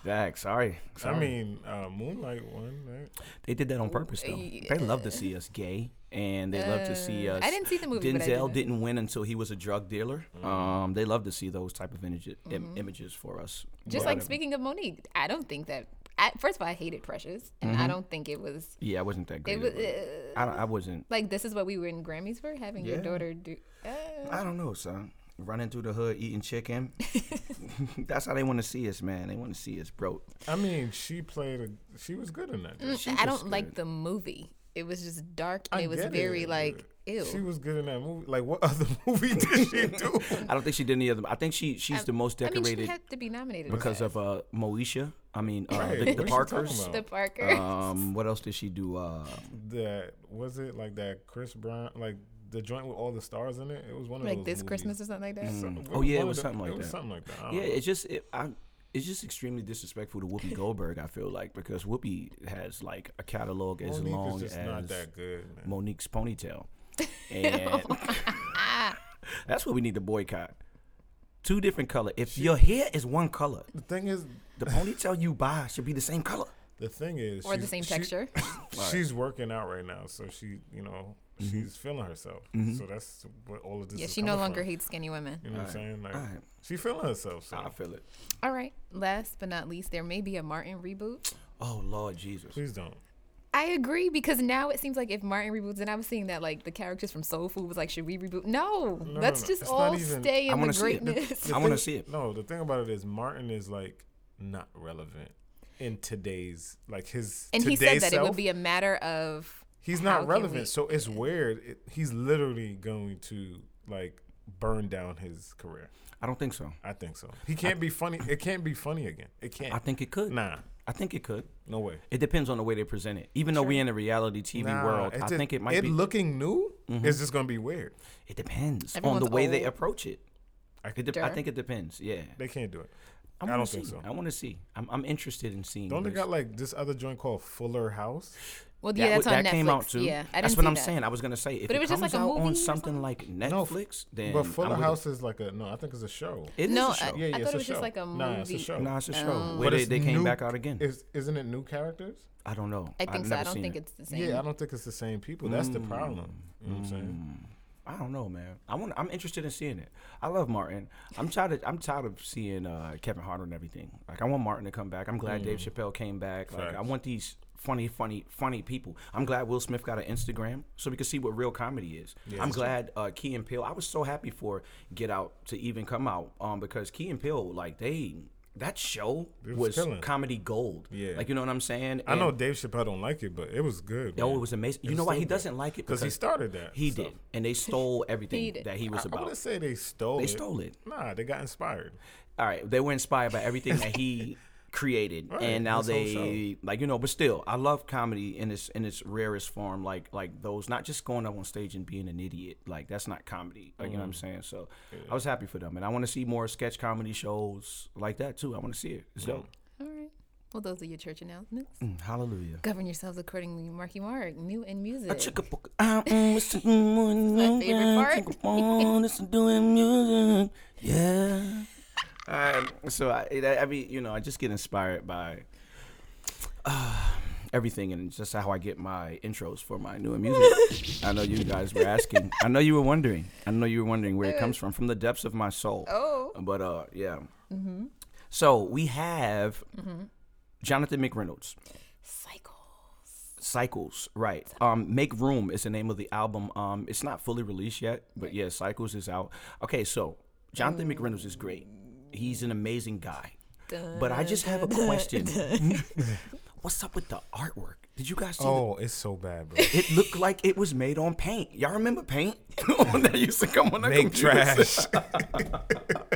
Speaker 2: Dag, sorry.
Speaker 3: I
Speaker 2: sorry.
Speaker 3: mean, uh, Moonlight won, right?
Speaker 2: they did that on purpose though. They love to see us gay, and they love to see us.
Speaker 4: uh, I didn't see the movie. but I
Speaker 2: Denzel
Speaker 4: did
Speaker 2: didn't win until he was a drug dealer.
Speaker 3: Mm-hmm.
Speaker 2: Um, they love to see those type of image, im- images for us.
Speaker 4: Mm-hmm. Just
Speaker 2: But,
Speaker 4: like speaking of Monique, I don't think that. I, first of all, I hated Precious, and
Speaker 3: Mm-hmm.
Speaker 4: I don't think it was.
Speaker 2: yeah, I wasn't that great.
Speaker 4: It was
Speaker 2: at it.
Speaker 4: uh,
Speaker 2: I, don't- I wasn't.
Speaker 4: like this is what we were in Grammys for having your
Speaker 2: Yeah.
Speaker 4: daughter do. Uh,
Speaker 2: I don't know, son. Running through the hood, eating chicken. That's how they want to see us, man. They want to see us broke.
Speaker 3: I mean, she played. A, she was good in that. job.
Speaker 4: I don't like the movie. It was just dark. And
Speaker 3: I
Speaker 4: it was
Speaker 3: get
Speaker 4: very
Speaker 3: it,
Speaker 4: like
Speaker 3: but
Speaker 4: ew.
Speaker 3: She was good in that movie. Like, what other movie did she do?
Speaker 2: I don't think she did any of them. I think she she's the most
Speaker 4: Um, I mean,
Speaker 2: decorated
Speaker 4: she had to be nominated
Speaker 2: because
Speaker 4: for
Speaker 2: of uh, Moesha. I mean, uh,
Speaker 3: Right,
Speaker 2: the,
Speaker 3: what are
Speaker 2: the
Speaker 3: you talking
Speaker 2: Parkers.
Speaker 3: about?
Speaker 4: the Parker.
Speaker 3: uh,
Speaker 2: Um, what else did she do? Uh,
Speaker 3: that was it. Like that Chris Brown, like the joint with all the stars in it. It was one of
Speaker 4: like
Speaker 3: those
Speaker 4: this
Speaker 3: movies.
Speaker 4: Christmas or something like that.
Speaker 3: Some-
Speaker 2: Oh, yeah, it
Speaker 3: one
Speaker 2: was
Speaker 3: of
Speaker 2: something like
Speaker 3: it was
Speaker 2: that.
Speaker 3: Something like that. I don't
Speaker 2: yeah,
Speaker 3: know.
Speaker 2: it's just it, I, it's just extremely disrespectful to Whoopi Goldberg. I feel like because Whoopi has like a catalog as
Speaker 3: Monique
Speaker 2: long
Speaker 3: is just
Speaker 2: as
Speaker 3: not that good. Man.
Speaker 2: Monique's ponytail.
Speaker 4: Oh
Speaker 2: And that's what we need to boycott. Two different color. If your hair is one color,
Speaker 3: The thing is,
Speaker 2: the ponytail you buy should be the same color.
Speaker 3: the thing is,
Speaker 4: or the
Speaker 3: she's-
Speaker 4: same
Speaker 3: she-
Speaker 4: texture.
Speaker 3: She's working out right now, so she, you know,
Speaker 2: Mm-hmm.
Speaker 3: she's feeling herself. So that's what all of this.
Speaker 4: yeah,
Speaker 3: is
Speaker 4: she no
Speaker 3: coming
Speaker 4: longer
Speaker 3: From.
Speaker 4: hates skinny women.
Speaker 3: You know what I'm saying? Like,
Speaker 2: Alright.
Speaker 3: she feeling herself. So
Speaker 2: I feel it.
Speaker 4: All right. Last but not least, there may be a Martin reboot.
Speaker 2: Oh Lord Jesus.
Speaker 3: please don't.
Speaker 4: I agree because now it seems like if Martin reboots, and I was seeing that like the characters from Soul Food was like, should we reboot? No,
Speaker 3: no,
Speaker 4: let's
Speaker 3: no.
Speaker 4: just
Speaker 3: It's not
Speaker 4: all
Speaker 3: even-
Speaker 4: stay
Speaker 2: I
Speaker 4: in
Speaker 2: wanna
Speaker 4: the
Speaker 2: see it.
Speaker 4: greatness.
Speaker 2: I want to see it.
Speaker 3: No, the thing about it is Martin is like not relevant in today's like his.
Speaker 4: And he
Speaker 3: today's
Speaker 4: said that it
Speaker 3: self,
Speaker 4: would be a matter of
Speaker 3: He's
Speaker 4: how
Speaker 3: not
Speaker 4: can
Speaker 3: relevant,
Speaker 4: we-
Speaker 3: so it's weird. It, he's literally going to like burn down his career.
Speaker 2: I don't think so.
Speaker 3: I think so. He can't be funny. It can't be funny again. It can't.
Speaker 2: I think it could.
Speaker 3: Nah,
Speaker 2: I think it could.
Speaker 3: no way.
Speaker 2: It depends on the way they present it. Even though we're in a reality TV
Speaker 3: Nah,
Speaker 2: world, I
Speaker 3: just-
Speaker 2: think it might be. Mm-hmm.
Speaker 3: looking new. It's just gonna be weird.
Speaker 2: it depends on
Speaker 4: Everyone's
Speaker 2: the way they
Speaker 4: old.
Speaker 2: approach it.
Speaker 3: I
Speaker 2: It
Speaker 3: could,
Speaker 2: de- I
Speaker 4: Sure.
Speaker 2: think it depends. Yeah.
Speaker 3: they can't do it. I,
Speaker 2: wanna
Speaker 3: don't
Speaker 2: see.
Speaker 3: think so.
Speaker 2: I want to see. I'm, I'm interested in seeing.
Speaker 3: Don't they
Speaker 2: this.
Speaker 3: got like this other joint called Fuller House?
Speaker 4: Well,
Speaker 2: That,
Speaker 4: yeah, that's
Speaker 2: wa-
Speaker 4: on
Speaker 2: that
Speaker 4: Netflix.
Speaker 2: came out too.
Speaker 4: Yeah, I didn't
Speaker 2: that's what
Speaker 4: see
Speaker 2: I'm
Speaker 4: that.
Speaker 2: saying. I was gonna say if
Speaker 4: But
Speaker 2: it,
Speaker 4: it was
Speaker 2: comes
Speaker 4: just like a
Speaker 2: out
Speaker 4: movie
Speaker 2: on
Speaker 4: or
Speaker 2: something like Netflix, then
Speaker 3: But
Speaker 2: I'm
Speaker 3: Fuller
Speaker 2: with it.
Speaker 3: House is like a no. I think it's a show.
Speaker 2: It is
Speaker 4: No, uh,
Speaker 2: a show.
Speaker 4: I
Speaker 3: yeah, yeah,
Speaker 4: thought
Speaker 3: it's
Speaker 4: it
Speaker 3: a
Speaker 4: was
Speaker 3: show.
Speaker 4: just like a
Speaker 3: Nah, it's a
Speaker 4: movie.
Speaker 3: show.
Speaker 2: Nah, it's a show.
Speaker 4: Um,
Speaker 2: Where
Speaker 3: But
Speaker 2: they,
Speaker 3: it's
Speaker 2: they came
Speaker 3: new-
Speaker 2: back out again.
Speaker 3: Is isn't it new characters?
Speaker 2: I don't know.
Speaker 4: I
Speaker 2: I've
Speaker 4: think so.
Speaker 2: never
Speaker 4: I don't
Speaker 2: seen
Speaker 4: think
Speaker 2: it.
Speaker 4: it's the same.
Speaker 3: Yeah, I don't think it's the same people. That's
Speaker 2: Mm.
Speaker 3: the problem. You know what I'm saying?
Speaker 2: I don't know, man. I want. I'm interested in seeing it. I love Martin. I'm tired. Of, I'm tired of seeing uh, Kevin Hart and everything. Like I want Martin to come back. I'm glad Dave Chappelle came back. Like I
Speaker 3: Mm. Facts.
Speaker 2: want these funny, funny, funny people. I'm glad Will Smith got an Instagram so we can see what real comedy is. I'm glad uh, Key and Peele. I was so happy for Get Out to even come out um, because Key and Peele, like they. That show
Speaker 3: was
Speaker 2: was,
Speaker 3: killing.
Speaker 2: comedy gold.
Speaker 3: Yeah.
Speaker 2: like you know what I'm saying.
Speaker 3: I know
Speaker 2: And-
Speaker 3: Dave Chappelle don't like it, but it was good.
Speaker 2: Oh,
Speaker 3: man.
Speaker 2: it was amazing. You
Speaker 3: was
Speaker 2: know why
Speaker 3: still
Speaker 2: he
Speaker 3: good.
Speaker 2: doesn't like it?
Speaker 3: 'Cause he started that
Speaker 2: He
Speaker 3: stuff.
Speaker 2: did, and they stole everything
Speaker 4: He did.
Speaker 2: that he was
Speaker 3: I
Speaker 2: about.
Speaker 3: wouldn't say they stole.
Speaker 2: They
Speaker 3: it.
Speaker 2: stole it.
Speaker 3: Nah, they got inspired.
Speaker 2: all right, they were inspired by everything that he created,
Speaker 3: Right,
Speaker 2: and now
Speaker 3: this whole
Speaker 2: they like you know. But still, I love comedy in its in its rarest form, like like those. Not just going up on stage and being an idiot, like that's not comedy. Like you know what I'm saying. So I was happy for them, and I want to see more sketch comedy shows like that too. I want to see it. It's dope.
Speaker 4: All right. Well, those are your church announcements.
Speaker 2: Mm. Hallelujah.
Speaker 4: Govern yourselves accordingly, Marky Mark. New in music.
Speaker 2: My
Speaker 4: favorite
Speaker 2: doing music. Yeah. Um, so I, it- I mean, you know, I just get inspired by uh, everything, and it's just how I get my intros for my new music. I know you guys were asking. I know you were wondering. I know you were wondering where it comes from, from the depths of my soul.
Speaker 4: Uh, Oh. Mm-hmm.
Speaker 2: But uh, yeah. So we have Jonathan McReynolds.
Speaker 4: Cycle.
Speaker 2: Cycles, right? Um, Make Room is the name of the album. Um, it's not fully released yet, but yeah, Cycles is out. Okay, so Jonathan McReynolds is great. He's an amazing guy, but I just have a question. what's up with the artwork? Did you guys see? the-
Speaker 3: Oh, it's so bad, bro.
Speaker 2: it looked like it was made on paint. Y'all remember paint? that used to come on the
Speaker 3: Make
Speaker 2: computer.
Speaker 3: trash.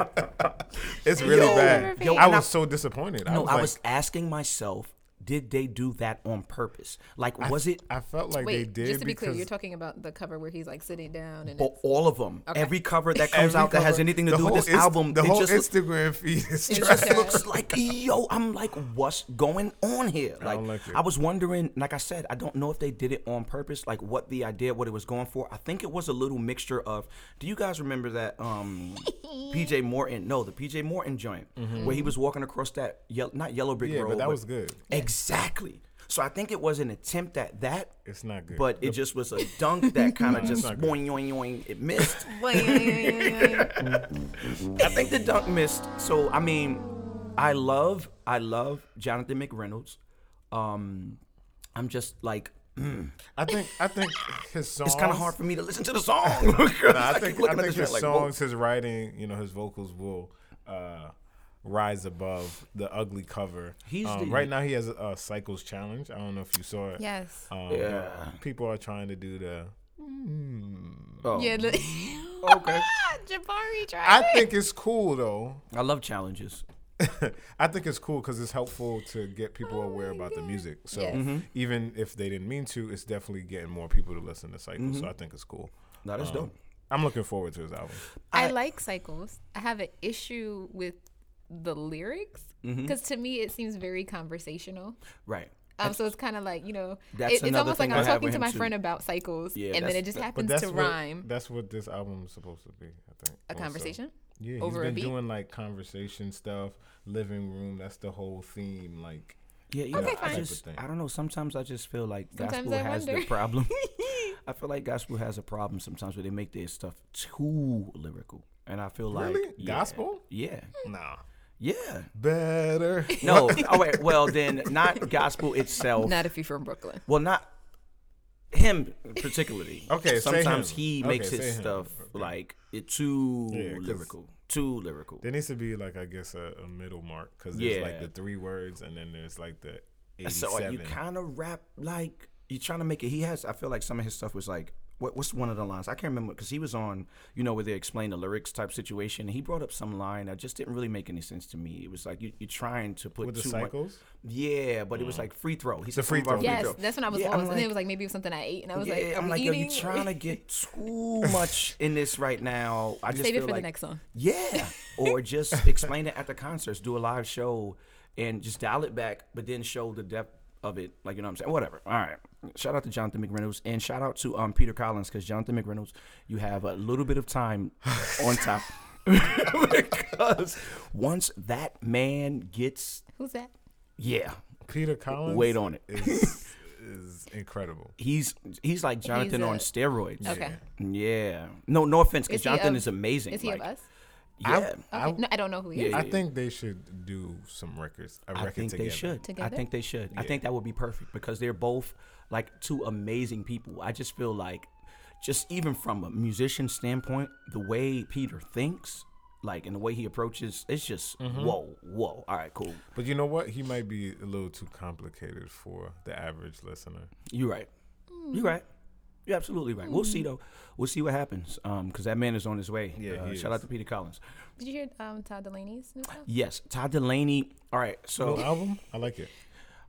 Speaker 3: it's really
Speaker 2: Yo,
Speaker 3: bad.
Speaker 2: yo,
Speaker 3: I
Speaker 2: and I-
Speaker 3: was so disappointed. I
Speaker 2: No,
Speaker 3: was,
Speaker 2: I
Speaker 3: like-
Speaker 2: was asking myself, did they do that on purpose? Like, was it
Speaker 3: I felt like they
Speaker 4: Wait,
Speaker 3: did
Speaker 4: just to be
Speaker 3: because
Speaker 4: clear, you're talking about the cover where he's like sitting down and
Speaker 2: for all of them? Every cover that comes
Speaker 3: every
Speaker 2: out that has
Speaker 3: cover-
Speaker 2: anything
Speaker 3: the
Speaker 2: to do with
Speaker 3: whole
Speaker 2: this
Speaker 3: Inst-
Speaker 2: album,
Speaker 3: The
Speaker 2: it
Speaker 3: whole
Speaker 2: just looks-
Speaker 3: Instagram feed is
Speaker 4: It's
Speaker 3: trash.
Speaker 4: just-
Speaker 2: looks like yo i'm like what's going on here like
Speaker 3: don't like it.
Speaker 2: was wondering like i said i don't know if they did it on purpose like what the idea what it was going for i think it was a little mixture of do you guys remember that um pj morton no the pj morton joint where he was walking across that yellow not yellow brick
Speaker 3: Mm-hmm. Yeah,
Speaker 2: road
Speaker 3: but that was good.
Speaker 2: exactly so i think it was an attempt at that
Speaker 3: It's not good.
Speaker 2: but it just was a dunk that kind of just
Speaker 3: not good.
Speaker 2: boing, yoing, yoing, it missed.
Speaker 4: it's.
Speaker 2: I think the dunk missed. So I mean, I love I love Jonathan McReynolds. Um, I'm just like
Speaker 3: I think I think his songs.
Speaker 2: it's kind of hard for me to listen to the song. because
Speaker 3: I,
Speaker 2: I keep
Speaker 3: think I
Speaker 2: looking at
Speaker 3: think his
Speaker 2: this shit like, whoa.
Speaker 3: songs, his writing, you know, his vocals will uh, rise above the ugly cover.
Speaker 2: He's
Speaker 3: Um,
Speaker 2: the-
Speaker 3: right now he has a, a Cycles challenge. I don't know if you saw it.
Speaker 4: yes.
Speaker 3: Um,
Speaker 2: Yeah.
Speaker 3: but People are trying to do the.
Speaker 2: Oh,
Speaker 4: Yeah. Look.
Speaker 2: okay.
Speaker 4: Jabari tried.
Speaker 3: I
Speaker 4: it.
Speaker 3: think it's cool though.
Speaker 2: I love challenges.
Speaker 3: I think it's cool because it's helpful to get people aware about the music. So
Speaker 4: Oh Yes.
Speaker 2: Mm-hmm.
Speaker 3: even if they didn't mean to, it's definitely getting more people to listen to Cycles.
Speaker 2: Mm-hmm.
Speaker 3: So I think it's cool.
Speaker 2: That
Speaker 3: Um,
Speaker 2: is dope.
Speaker 3: I'm looking forward to his album.
Speaker 4: I, like cycles. I have an issue with the lyrics
Speaker 2: Mm-hmm.
Speaker 4: because to me it seems very conversational.
Speaker 2: Right.
Speaker 4: Um, so it's kind of like you know,
Speaker 2: That's
Speaker 4: it- it's
Speaker 2: another
Speaker 4: almost like
Speaker 2: thing
Speaker 4: I'm
Speaker 2: I have
Speaker 4: talking
Speaker 2: with
Speaker 4: to
Speaker 2: him
Speaker 4: my
Speaker 2: too.
Speaker 4: friend about cycles,
Speaker 2: Yeah,
Speaker 4: and then
Speaker 2: that's-
Speaker 4: it just
Speaker 2: but-
Speaker 3: But
Speaker 4: happens
Speaker 3: that's
Speaker 4: to
Speaker 3: what,
Speaker 4: rhyme
Speaker 3: That's what this album is supposed to be. I think
Speaker 4: a
Speaker 3: also.
Speaker 4: conversation.
Speaker 3: Yeah, he's
Speaker 4: over a
Speaker 3: been
Speaker 4: beat?
Speaker 3: doing like conversation stuff, living room. That's the whole theme. Like
Speaker 2: Yeah, you
Speaker 4: Okay,
Speaker 2: know, I
Speaker 4: fine.
Speaker 2: just I don't know. Sometimes I just feel like
Speaker 4: Sometimes
Speaker 2: gospel
Speaker 4: I
Speaker 2: has the
Speaker 4: wonder.
Speaker 2: problem. I feel like gospel has a problem sometimes where they make their stuff too lyrical, and I feel like
Speaker 3: Really?
Speaker 2: yeah.
Speaker 3: Gospel?
Speaker 2: Yeah,
Speaker 3: nah,
Speaker 2: yeah.
Speaker 3: better.
Speaker 2: No, oh wait. Well, then not gospel itself.
Speaker 4: Not if you're from Brooklyn.
Speaker 2: Well, not him particularly.
Speaker 3: Okay, say
Speaker 2: sometimes
Speaker 3: him.
Speaker 2: he
Speaker 3: Okay,
Speaker 2: makes
Speaker 3: say
Speaker 2: his
Speaker 3: him.
Speaker 2: stuff like it too
Speaker 3: Yeah, 'cause-
Speaker 2: lyrical, too lyrical.
Speaker 3: There needs to be like I guess a, a middle mark because there's
Speaker 2: Yeah.
Speaker 3: like the three words and then there's like the
Speaker 2: so
Speaker 3: eighty-seven.
Speaker 2: you kind of rap like you're trying to make it. He has. I feel like some of his stuff was like. What, what's one of the lines? I can't remember because he was on, you know, where they explain the lyrics type situation. He brought up some line that just didn't really make any sense to me. It was like you, you're trying to put
Speaker 3: With the
Speaker 2: too much-
Speaker 3: cycles? Mm.
Speaker 2: Yeah, but it was like free throw. He said
Speaker 3: free
Speaker 2: something about
Speaker 3: throw.
Speaker 4: Yes,
Speaker 2: throw.
Speaker 4: that's when I was
Speaker 2: Yeah, I'm
Speaker 4: lost, and
Speaker 2: like-
Speaker 4: it was like maybe it was something I ate, and I was
Speaker 2: yeah,
Speaker 4: like, I'm,
Speaker 2: I'm like, yo,
Speaker 4: eating.
Speaker 2: you trying to get too much in this right now. I just
Speaker 4: Save it for
Speaker 2: feel
Speaker 4: the
Speaker 2: like-
Speaker 4: next song.
Speaker 2: Yeah, or just explain it at the concerts, do a live show, and just dial it back, but then show the depth of it. Like you know what I'm saying? Whatever. All right. Shout out to Jonathan McReynolds and shout out to um Peter Collins because Jonathan McReynolds, you have a little bit of time on top. because once that man gets,
Speaker 4: Who's that?
Speaker 2: yeah,
Speaker 3: Peter Collins.
Speaker 2: Wait on it.
Speaker 3: Is, is incredible.
Speaker 2: he's he's like Jonathan
Speaker 4: a-
Speaker 2: on steroids.
Speaker 4: Okay.
Speaker 2: Yeah. No, no offense, because
Speaker 4: Is he
Speaker 2: Jonathan
Speaker 4: of-
Speaker 2: is amazing.
Speaker 4: Is he
Speaker 2: like,
Speaker 4: of us?
Speaker 2: Yeah.
Speaker 4: Okay. no, I don't know who he is.
Speaker 2: Yeah,
Speaker 3: I
Speaker 2: yeah.
Speaker 3: think they should do some records. A
Speaker 2: I
Speaker 3: record
Speaker 2: think
Speaker 3: together.
Speaker 2: they should. I
Speaker 4: Together?
Speaker 2: think they should. I think that would be perfect because they're both like two amazing people. I just feel like, just even from a musician standpoint, the way Peter thinks, like, and the way he approaches, it's just
Speaker 3: Mm-hmm.
Speaker 2: whoa, whoa. All right, cool.
Speaker 3: But you know what? He might be a little too complicated for the average listener.
Speaker 2: You're right.
Speaker 4: Hmm.
Speaker 2: You're right. You're absolutely right. We'll see though. We'll see what happens. Um, because that man is on his way.
Speaker 3: Yeah,
Speaker 2: Uh,
Speaker 3: he
Speaker 2: shout
Speaker 3: is.
Speaker 2: out to Peter Collins.
Speaker 4: Did you hear um, Todd Delaney's new song?
Speaker 2: Yes, Todd Delaney. All right, so
Speaker 3: Little album, I like it.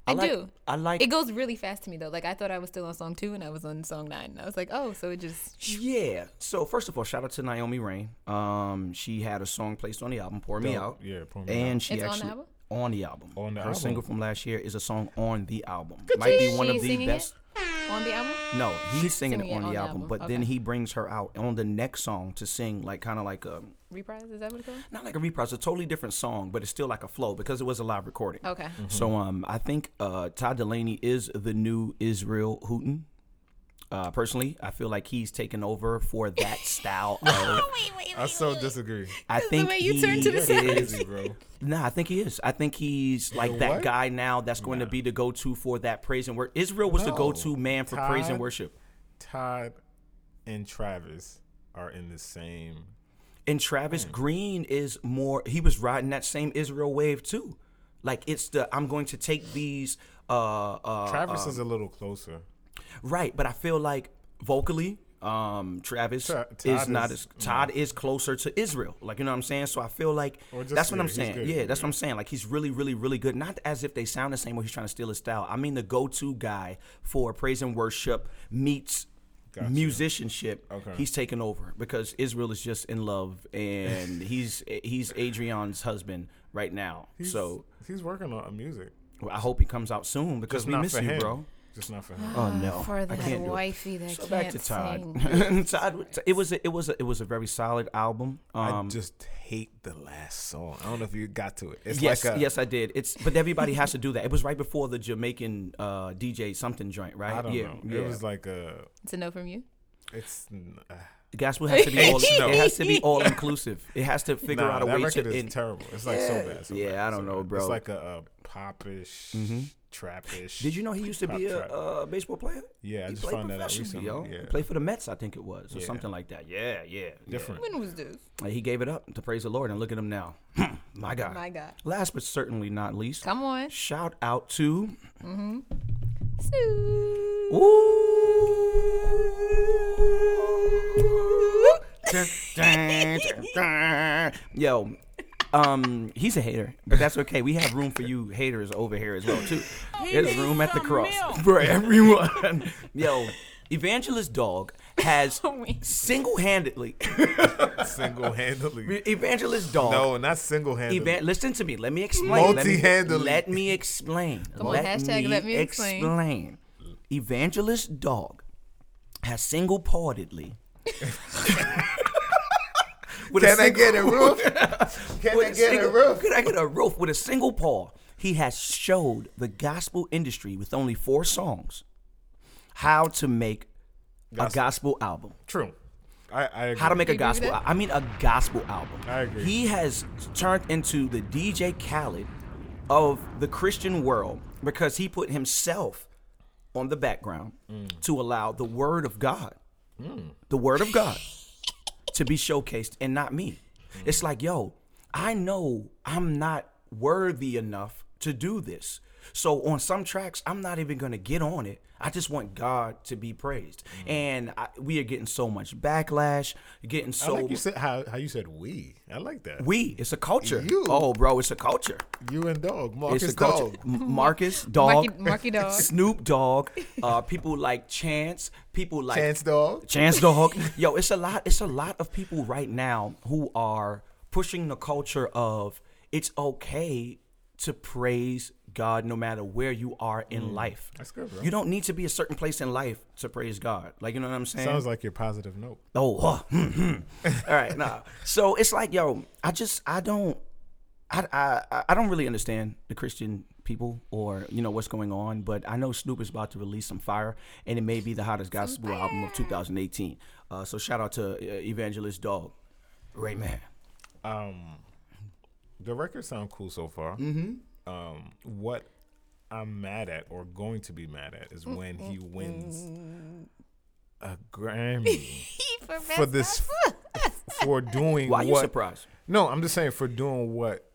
Speaker 4: I,
Speaker 2: like,
Speaker 4: do.
Speaker 2: I like
Speaker 4: It goes really fast to me though. Like I thought I was still on song two and I was on song nine. And I was like, oh, so it just
Speaker 2: Yeah. So first of all, shout out to Naomi Rain. Um, she had a song placed on the album "Pour Me
Speaker 3: Dope.
Speaker 2: Out."
Speaker 3: Yeah, Pour Me
Speaker 2: and
Speaker 3: Out.
Speaker 2: she
Speaker 4: It's on the
Speaker 2: actually
Speaker 4: album?
Speaker 2: on the album.
Speaker 3: On the
Speaker 2: Her
Speaker 3: album.
Speaker 2: single from last year is a song on the album. Might be one
Speaker 4: She
Speaker 2: of the
Speaker 4: singing it
Speaker 2: best.
Speaker 4: on the album.
Speaker 2: No, he's singing,
Speaker 4: singing
Speaker 2: it on the album, but then
Speaker 4: Okay.
Speaker 2: he brings her out on the next song to sing like kind of like a
Speaker 4: Reprise is that what it's called?
Speaker 2: not like a reprise, a totally different song, but it's still like a flow because it was a live recording.
Speaker 4: Okay.
Speaker 3: Mm-hmm.
Speaker 2: So um, I think uh, Todd Delaney is the new Israel Hooten. Uh, personally, I feel like he's taken over for that style of
Speaker 4: Oh, Wait, wait,
Speaker 3: I so disagree.
Speaker 2: I
Speaker 4: The
Speaker 2: think
Speaker 4: way you
Speaker 2: he
Speaker 4: turned to the side.
Speaker 2: is.
Speaker 3: Crazy, bro.
Speaker 2: Nah, I think he is. I think he's like that
Speaker 3: what?
Speaker 2: guy now that's going to be the go-to for that praise and worship. Israel was the
Speaker 3: No.
Speaker 2: go-to man for praise and
Speaker 3: Todd-
Speaker 2: worship.
Speaker 3: Todd and Travis are in the same. Mm.
Speaker 2: And Travis Green is more. He was riding that same Israel wave too. Like it's the I'm going to take these. Uh, uh,
Speaker 3: Travis is a little closer.
Speaker 2: Right, but I feel like vocally, um, Travis
Speaker 3: Tra-
Speaker 2: is
Speaker 3: Todd
Speaker 2: not
Speaker 3: is-
Speaker 2: as Todd is closer to Israel. Like you know what I'm saying. So I feel like
Speaker 3: Or just-
Speaker 2: that's what
Speaker 3: yeah,
Speaker 2: I'm
Speaker 3: he's
Speaker 2: saying.
Speaker 3: good,
Speaker 2: yeah,
Speaker 3: he's
Speaker 2: that's what I'm saying. Like he's really, really, really good. Not as if they sound the same or he's trying to steal his style. I mean the go-to guy for praise and worship meets. Musicianship,
Speaker 3: Okay.
Speaker 2: he's taken over because Israel is just in love, and he's he's Adrian's husband right now.
Speaker 3: He's-
Speaker 2: so
Speaker 3: he's working on music.
Speaker 2: well, I hope he comes out soon because
Speaker 3: Just
Speaker 2: we
Speaker 3: not
Speaker 2: miss
Speaker 3: for
Speaker 2: you,
Speaker 3: him.
Speaker 2: bro.
Speaker 3: Just not for him.
Speaker 2: Oh
Speaker 4: Uh,
Speaker 2: no,
Speaker 4: for
Speaker 2: I
Speaker 4: that
Speaker 2: can't do it.
Speaker 4: wifey that
Speaker 2: So
Speaker 4: can't
Speaker 2: back to Todd.
Speaker 4: sing.
Speaker 2: Todd, it was a, it was a, it was a very solid album.
Speaker 3: I
Speaker 2: Um,
Speaker 3: just hate the last song. I don't know if you got to it. It's
Speaker 2: yes,
Speaker 3: like a,
Speaker 2: yes, I did. It's but everybody has to do that. It was right before the Jamaican uh, DJ something joint, right?
Speaker 3: I don't
Speaker 2: yeah,
Speaker 3: know.
Speaker 2: yeah.
Speaker 3: It was like a.
Speaker 4: It's a no from you.
Speaker 3: It's. n- Uh,
Speaker 2: Gospel has to be all.
Speaker 3: No.
Speaker 2: It has to be all inclusive. It has to figure
Speaker 3: nah,
Speaker 2: out a
Speaker 3: that
Speaker 2: way
Speaker 3: record
Speaker 2: to.
Speaker 3: is
Speaker 2: in-
Speaker 3: terrible. It's like so bad. so
Speaker 2: Yeah,
Speaker 3: bad,
Speaker 2: I
Speaker 3: so
Speaker 2: don't know,
Speaker 3: bad.
Speaker 2: bro. Mm-hmm.
Speaker 3: It's like a, a popish, trappish.
Speaker 2: did you know he used to be a
Speaker 3: Pop trap.
Speaker 2: uh, baseball player?
Speaker 3: Yeah, I
Speaker 2: He
Speaker 3: just
Speaker 2: played
Speaker 3: found that out
Speaker 2: professionally,
Speaker 3: recently.
Speaker 2: yo. He
Speaker 3: Yeah.
Speaker 2: Played for the Mets, I think it was, or
Speaker 3: Yeah.
Speaker 2: something like that. Yeah, yeah, yeah.
Speaker 3: Different.
Speaker 4: When was this?
Speaker 2: Like, he gave it up to praise the Lord, and look at him now. My God.
Speaker 4: My God.
Speaker 2: Last but certainly not least,
Speaker 4: Come on.
Speaker 2: shout out to
Speaker 4: Sue.
Speaker 2: Ooh. Yo, um, he's a hater, but that's okay. We have room for you haters over here as well too. There's room at the cross for everyone. Yo, Evangelist Dog has
Speaker 4: Wait.
Speaker 2: single-handedly, E-,
Speaker 3: single handedly?
Speaker 2: Evangelist Dog.
Speaker 3: No, not single handedly.
Speaker 2: Evan- listen to me. Let me explain. Let me-
Speaker 3: Multi-handedly.
Speaker 2: Let me explain.
Speaker 4: Come on, hashtag let me explain.
Speaker 2: explain. Evangelist Dog has single handedly
Speaker 3: Can I get a roof? Can I get a roof?
Speaker 2: Could I get a roof with a single paw? He has showed the gospel industry with only four songs how to make a
Speaker 3: Gospel.
Speaker 2: gospel album.
Speaker 3: True. I, I agree.
Speaker 2: How to make a
Speaker 4: You agree with
Speaker 2: gospel?
Speaker 4: that?
Speaker 2: I mean, a gospel album.
Speaker 3: I agree.
Speaker 2: He has turned into the DJ Khaled of the Christian world because he put himself on the background
Speaker 3: Mm.
Speaker 2: to allow the Word of God, the Word of God, to be showcased and not me. It's like, yo, I know I'm not worthy enough to do this. So on some tracks, I'm not even gonna get on it. I just want God to be praised, and I, we are getting so much backlash, getting
Speaker 3: Mm. I
Speaker 2: so
Speaker 3: like you said how, how you said we. I like that.
Speaker 2: we. It's a culture.
Speaker 3: You.
Speaker 2: Oh, bro, it's a culture.
Speaker 3: You and dog.
Speaker 2: It's
Speaker 3: Marcus
Speaker 2: a culture.
Speaker 3: dog.
Speaker 2: M- Marcus
Speaker 4: Marky,
Speaker 2: Dog,
Speaker 4: Marky Dog.
Speaker 2: Snoop Dogg, uh, people like Chance, people like
Speaker 3: Chance dog.
Speaker 2: Chance the Hook. Yo, it's a lot. It's a lot of people right now who are pushing the culture of it's okay to praise God no matter where you are in life.
Speaker 3: Mm. That's good, bro.
Speaker 2: You don't need to be a certain place in life to praise God. Like you know what I'm saying?
Speaker 3: Sounds like your positive note.
Speaker 2: oh, huh, hmm, hmm. all right, nah. So it's like, yo, I just I don't. I, I I- I don't really understand the Christian people or you know what's going on, but I know Snoop is about to release some fire, and it may be the hottest gospel album of 2018. Uh, so shout out to uh, Evangelist Dog, Rayman.
Speaker 3: Um, the records sound cool so far. Mm-hmm. Um, what I'm mad at, or going to be mad at, is when he wins a Grammy
Speaker 4: for,
Speaker 3: for this, for doing
Speaker 2: Why are you
Speaker 3: what?
Speaker 2: surprised?
Speaker 3: No, I'm just saying for doing what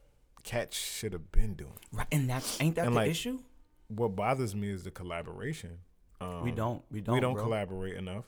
Speaker 3: Catch should have been doing.
Speaker 2: Right, and that's ain't that
Speaker 3: And
Speaker 2: the
Speaker 3: like-
Speaker 2: issue?
Speaker 3: What bothers me is the collaboration. Um,
Speaker 2: We don't, we don't,
Speaker 3: we don't
Speaker 2: Oh, bro.
Speaker 3: collaborate enough,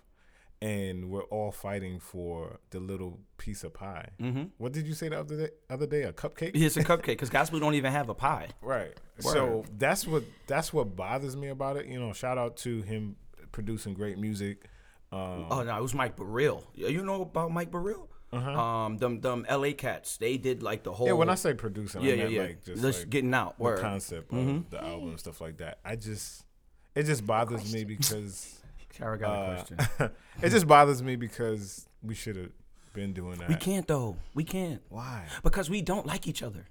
Speaker 3: and we're all fighting for the little piece of pie. Mm-hmm. What did you say the other day? Other day, a cupcake.
Speaker 2: It's a cupcake because gospel don't even have a pie.
Speaker 3: Right. So that's what that's what bothers me about it. You know, shout out to him producing great music. Um,
Speaker 2: Oh no, it was Mike Burrell. Yeah, You know about Mike Burrell? Um, them them L.A. cats. They did like the whole.
Speaker 3: Uh-huh. yeah, when I say producing,
Speaker 2: yeah,
Speaker 3: I
Speaker 2: yeah,
Speaker 3: meant
Speaker 2: yeah.
Speaker 3: like just
Speaker 2: Let's
Speaker 3: like
Speaker 2: getting out.
Speaker 3: the
Speaker 2: Word. Mm-hmm.
Speaker 3: concept of the album and stuff like that. I just it just bothers me because uh,
Speaker 2: Kara got a question.
Speaker 3: it just bothers me because we should have been doing that.
Speaker 2: We can't though. We can't.
Speaker 3: Why?
Speaker 2: Because we don't like each other.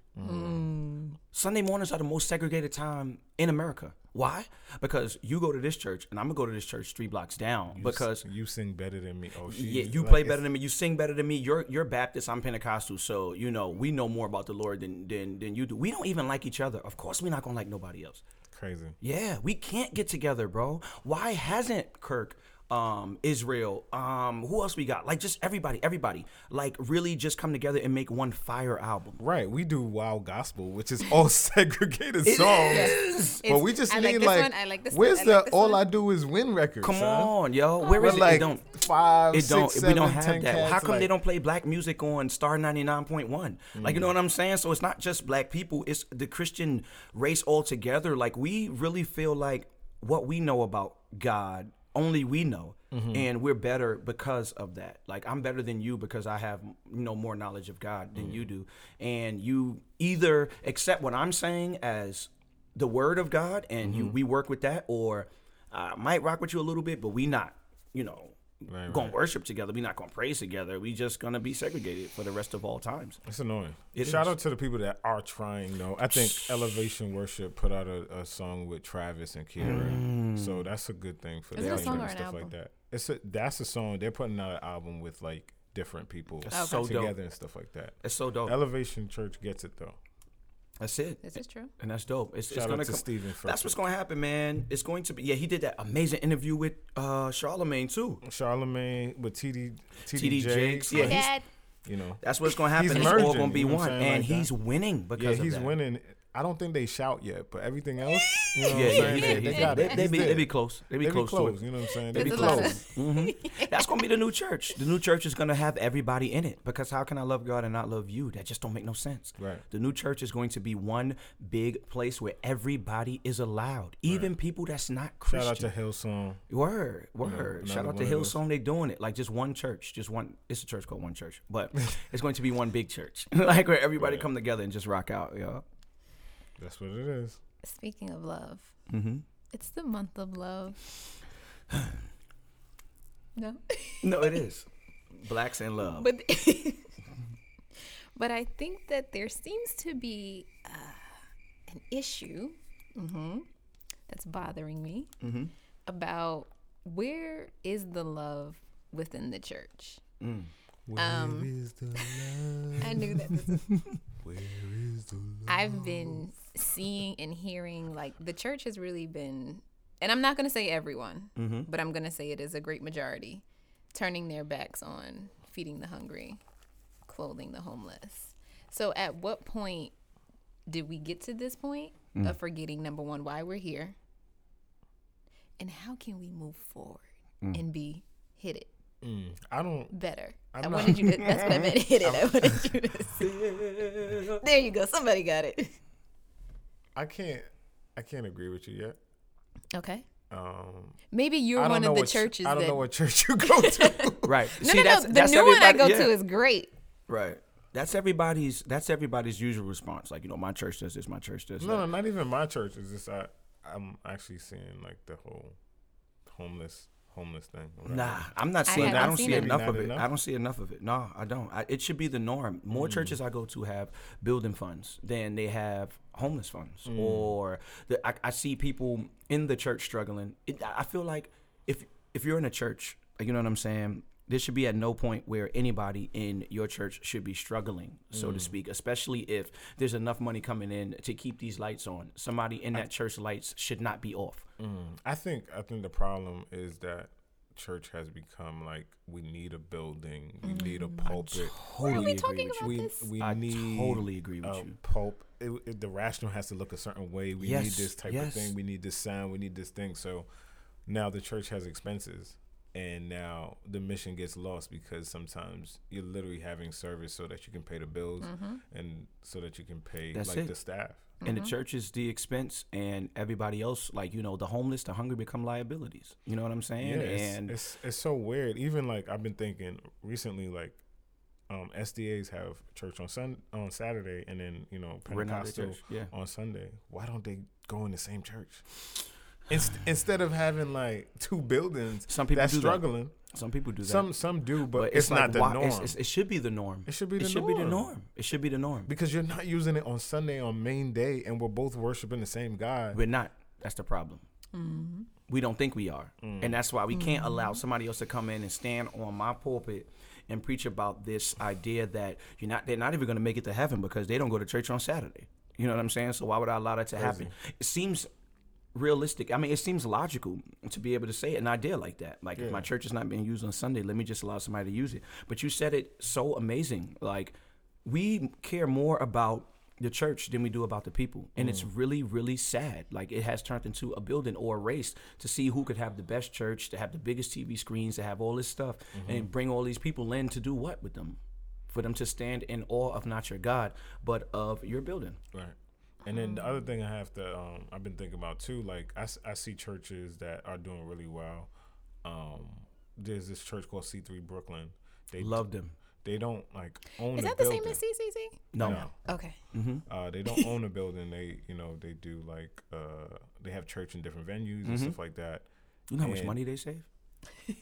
Speaker 2: Sunday mornings are the most segregated time in America. Why? Because you go to this church and I'm gonna go to this church three blocks down. because
Speaker 3: you sing better than me. Oh,
Speaker 2: yeah,
Speaker 3: she's-
Speaker 2: you
Speaker 3: like,
Speaker 2: play
Speaker 3: it's-
Speaker 2: better than me. You sing better than me. You're you're Baptist. I'm Pentecostal. So you know we know more about the Lord than than than you do. We don't even like each other. Of course, we're not gonna like nobody else.
Speaker 3: Crazy.
Speaker 2: Yeah, we can't get together, bro. Why hasn't Kirk um, Israel. Um, who else we got? Like just everybody, everybody. Like really just come together and make one fire album.
Speaker 3: Right, we do wild gospel, which is all segregated songs. But
Speaker 4: It's-
Speaker 3: we just
Speaker 4: I like
Speaker 3: need
Speaker 4: this
Speaker 3: like,
Speaker 4: one, I like this one,
Speaker 3: where's
Speaker 4: I
Speaker 3: the
Speaker 4: like this
Speaker 3: all
Speaker 4: one.
Speaker 3: I do is win record?
Speaker 2: Come
Speaker 3: son?
Speaker 2: on, yo. Where
Speaker 3: We're
Speaker 2: is it?
Speaker 3: like
Speaker 2: it don't
Speaker 3: five,
Speaker 2: it don't
Speaker 3: six,
Speaker 2: we don't
Speaker 3: seven,
Speaker 2: have
Speaker 3: 10
Speaker 2: that. How
Speaker 3: cats,
Speaker 2: come they
Speaker 3: like-
Speaker 2: don't play black music on Star 99one Like
Speaker 3: Mm.
Speaker 2: you know what I'm saying? So it's not just black people, it's the Christian race altogether. Like we really feel like what we know about God, only we know.
Speaker 3: Mm-hmm.
Speaker 2: And we're better because of that. Like I'm better than you because I have you know more knowledge of God
Speaker 3: Mm.
Speaker 2: than you do. And you either accept what I'm saying as the word of God and
Speaker 3: Mm-hmm.
Speaker 2: you we work with that or I might rock with you a little bit, but we not, you know, gonna worship together. we not gonna praise together. We just gonna be segregated for the rest of all times.
Speaker 3: It's annoying.
Speaker 2: It
Speaker 3: Shout
Speaker 2: is.
Speaker 3: out to the people that are trying though. I think Elevation Worship put out a, a song with Travis and Kira,
Speaker 2: Mm.
Speaker 3: so that's a good thing for
Speaker 4: Is it
Speaker 3: them
Speaker 4: a song
Speaker 3: and
Speaker 4: or an
Speaker 3: stuff
Speaker 4: album?
Speaker 3: like that. It's a, that's a song they're putting out an album with like different people
Speaker 2: That's so dope.
Speaker 3: together and stuff like that.
Speaker 2: That's so dope.
Speaker 3: Elevation Church gets it though.
Speaker 2: That's it.
Speaker 4: This is true.
Speaker 2: And that's dope. It's, it's
Speaker 3: Shout out
Speaker 2: gonna
Speaker 3: to
Speaker 2: come-
Speaker 3: Stephen
Speaker 2: That's
Speaker 3: Furtick.
Speaker 2: what's gonna happen, man. It's going to be yeah, he did that amazing interview with uh Charlemagne too.
Speaker 3: Charlemagne with TD
Speaker 2: TD
Speaker 3: TD,
Speaker 2: Jakes,
Speaker 3: Jakes,
Speaker 2: yeah,
Speaker 3: like,
Speaker 2: he's-
Speaker 4: Dad,
Speaker 3: you know
Speaker 2: That's what's gonna happen.
Speaker 3: He's
Speaker 2: it's all
Speaker 3: merging,
Speaker 2: gonna be
Speaker 3: you know what
Speaker 2: one.
Speaker 3: I'm saying,
Speaker 2: And
Speaker 3: like that.
Speaker 2: he's winning
Speaker 3: yeah
Speaker 2: because of
Speaker 3: he's
Speaker 2: that.
Speaker 3: winning. I don't think they shout yet, but everything else, you know what I'm
Speaker 2: Yeah, yeah,
Speaker 3: saying?
Speaker 2: yeah.
Speaker 3: They,
Speaker 2: he's-
Speaker 3: they got
Speaker 2: they,
Speaker 3: it.
Speaker 2: they
Speaker 3: He's
Speaker 2: be,
Speaker 3: there.
Speaker 2: they be close. They be close, to it.
Speaker 3: You know what I'm saying? They be
Speaker 4: There's a lot of-
Speaker 3: close.
Speaker 2: Mm-hmm. That's gonna be the new church. The new church is gonna have everybody in it because how can I love God and not love you? That just don't make no sense.
Speaker 3: Right.
Speaker 2: The new church is going to be one big place where everybody is allowed, even people that's not
Speaker 3: Shout
Speaker 2: Christian.
Speaker 3: out to Hillsong.
Speaker 2: Word, word.
Speaker 3: another
Speaker 2: Shout out to
Speaker 3: one of those.
Speaker 2: Hillsong. They doing it like just one church, just one. It's a church called One Church, but it's going to be one big church, like where everybody
Speaker 3: Right.
Speaker 2: come together and just rock out. Yeah.
Speaker 3: That's what it is.
Speaker 4: speaking of love,
Speaker 2: Mm-hmm.
Speaker 4: it's the month of love. no,
Speaker 2: No, it is. Blacks in love.
Speaker 4: but but I think that there seems to be uh, an issue mhm, that's bothering me about where is the love within the church.
Speaker 3: Where
Speaker 4: Um,
Speaker 3: is the love?
Speaker 4: I knew that this
Speaker 3: Where is the love?
Speaker 4: I've been seeing and hearing like the church has really been, and I'm not going to say everyone, but I'm going to say it is a great majority turning their backs on feeding the hungry, clothing the homeless. So, at what point did we get to this point of forgetting number one, why we're here, and how can we move forward and be hit it
Speaker 3: Mm, I don't.
Speaker 4: better? i
Speaker 3: I'm not-
Speaker 4: wanted you to. That's what I meant. Hit it. I wanted you to. say- There you go. Somebody got it.
Speaker 3: I can't. I can't agree with you yet.
Speaker 4: Okay.
Speaker 3: Um,
Speaker 4: Maybe you're
Speaker 3: I don't
Speaker 4: one
Speaker 3: know
Speaker 4: of the
Speaker 3: what ch-
Speaker 4: churches
Speaker 3: I don't
Speaker 4: that.
Speaker 3: know what church you go to.
Speaker 2: right.
Speaker 4: no, no, no. The new one I go
Speaker 2: everybody-
Speaker 4: to
Speaker 2: yeah.
Speaker 4: is great.
Speaker 2: Right. That's everybody's. That's everybody's usual response. Like you know, my church does this. My church does
Speaker 3: no, no,
Speaker 2: that.
Speaker 3: not even my church. It's just I. I'm actually seeing like the whole homeless, homeless thing. or whatever.
Speaker 2: Nah, I'm not
Speaker 4: I
Speaker 2: seeing. I,
Speaker 4: haven't
Speaker 2: don't
Speaker 4: seen
Speaker 2: see
Speaker 4: it.
Speaker 2: enough
Speaker 3: Not
Speaker 2: of it.
Speaker 3: enough? Mm.
Speaker 2: I don't see enough of it. No, I don't. I, it should be the norm. More churches I go to have building funds than they have homeless funds.
Speaker 3: Mm.
Speaker 2: Or the, I, I see people in the church struggling. It, I I feel like if if you're in a church, like, you know what I'm saying. There should be at no point where anybody in your church should be struggling, so
Speaker 3: Mm.
Speaker 2: to speak. Especially if there's enough money coming in to keep these lights on. Somebody in that church lights should not be off.
Speaker 3: Mm, I think I think the problem is that church has become like we need a building, we need
Speaker 4: Mm.
Speaker 3: a pulpit,
Speaker 2: Totally agree
Speaker 4: talking
Speaker 2: with you.
Speaker 4: about
Speaker 3: we
Speaker 4: this?
Speaker 3: we
Speaker 2: I
Speaker 3: need
Speaker 2: totally agree with
Speaker 3: a
Speaker 2: you.
Speaker 3: pulp. It, it- the rational has to look a certain way. We
Speaker 2: Yes,
Speaker 3: need this type
Speaker 2: yes.
Speaker 3: of thing. We need this sound. We need this thing. So now the church has expenses, and now the mission gets lost because sometimes you're literally having service so that you can pay the bills and so that you can pay
Speaker 2: Mm-hmm. That's
Speaker 3: like
Speaker 2: it.
Speaker 3: the staff.
Speaker 2: and the church is the expense and everybody else like you know the homeless the hungry become liabilities you know what i'm saying
Speaker 3: Yeah, it's,
Speaker 2: and
Speaker 3: it's it's so weird. Even like I've been thinking recently, like um, SDAs have church on sun on Saturday, and then you know
Speaker 2: We're not the
Speaker 3: Pentecostal
Speaker 2: church, yeah.
Speaker 3: on Sunday. Why don't they go in the same church? Inst- instead of having like two buildings,
Speaker 2: Some people
Speaker 3: that's
Speaker 2: do that.
Speaker 3: struggling.
Speaker 2: some people do that
Speaker 3: Some some do, but,
Speaker 2: but
Speaker 3: it's, not
Speaker 2: like,
Speaker 3: the
Speaker 2: why-
Speaker 3: norm
Speaker 2: it's- it's- it should be the norm
Speaker 3: It should be
Speaker 2: it
Speaker 3: the
Speaker 2: should be the
Speaker 3: norm.
Speaker 2: norm it should be the norm
Speaker 3: because you're not using it on Sunday on main day, and we're both worshiping the same God.
Speaker 2: we're not that's the problem we don't think we are
Speaker 3: Mm.
Speaker 2: and that's why we can't allow somebody else to come in and stand on my pulpit and preach about this idea that you're not they're not even going to make it to heaven because they don't go to church on saturday you know what i'm saying so why would i allow that to happen it seems realistic. I mean, it seems logical to be able to say an idea like that. Like, if my church is not being used on Sunday, let me just allow somebody to use it. But you said it so amazing. Like, we care more about the church than we do about the people. And
Speaker 3: Mm.
Speaker 2: it's really, really sad. Like, it has turned into a building or a race to see who could have the best church, to have the biggest TV screens, to have all this stuff,
Speaker 3: Mm-hmm.
Speaker 2: and bring all these people in to do what with them? For them to stand in awe of not your God, but of your building.
Speaker 3: Right. And then the other thing I have to, um, I've been thinking about too, like I, s- I see churches that are doing really well. Um, there's this church called C3 Brooklyn. They
Speaker 2: Love them.
Speaker 3: they don't like own.
Speaker 4: Is that the
Speaker 3: building.
Speaker 4: same as CCC?
Speaker 2: No.
Speaker 3: No.
Speaker 4: Okay.
Speaker 3: Uh, they don't own a building. They you know they do like uh, they have church in different venues and stuff like that.
Speaker 2: You know how much
Speaker 3: And-
Speaker 2: money they save?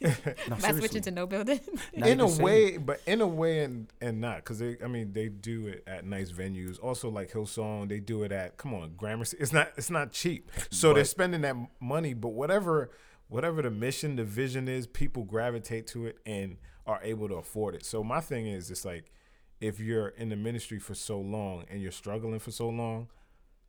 Speaker 2: no,
Speaker 4: By switching to no building.
Speaker 2: Now
Speaker 3: in
Speaker 2: you
Speaker 3: a
Speaker 2: can say-
Speaker 3: way, but in a way and and not because they I mean they do it at nice venues. Also like Hillsong, they do it at come on Gramercy. It's not it's not cheap. So they're spending that money, but whatever whatever the mission, the vision is, people gravitate to it and are able to afford it. So my thing is, it's like if you're in the ministry for so long and you're struggling for so long,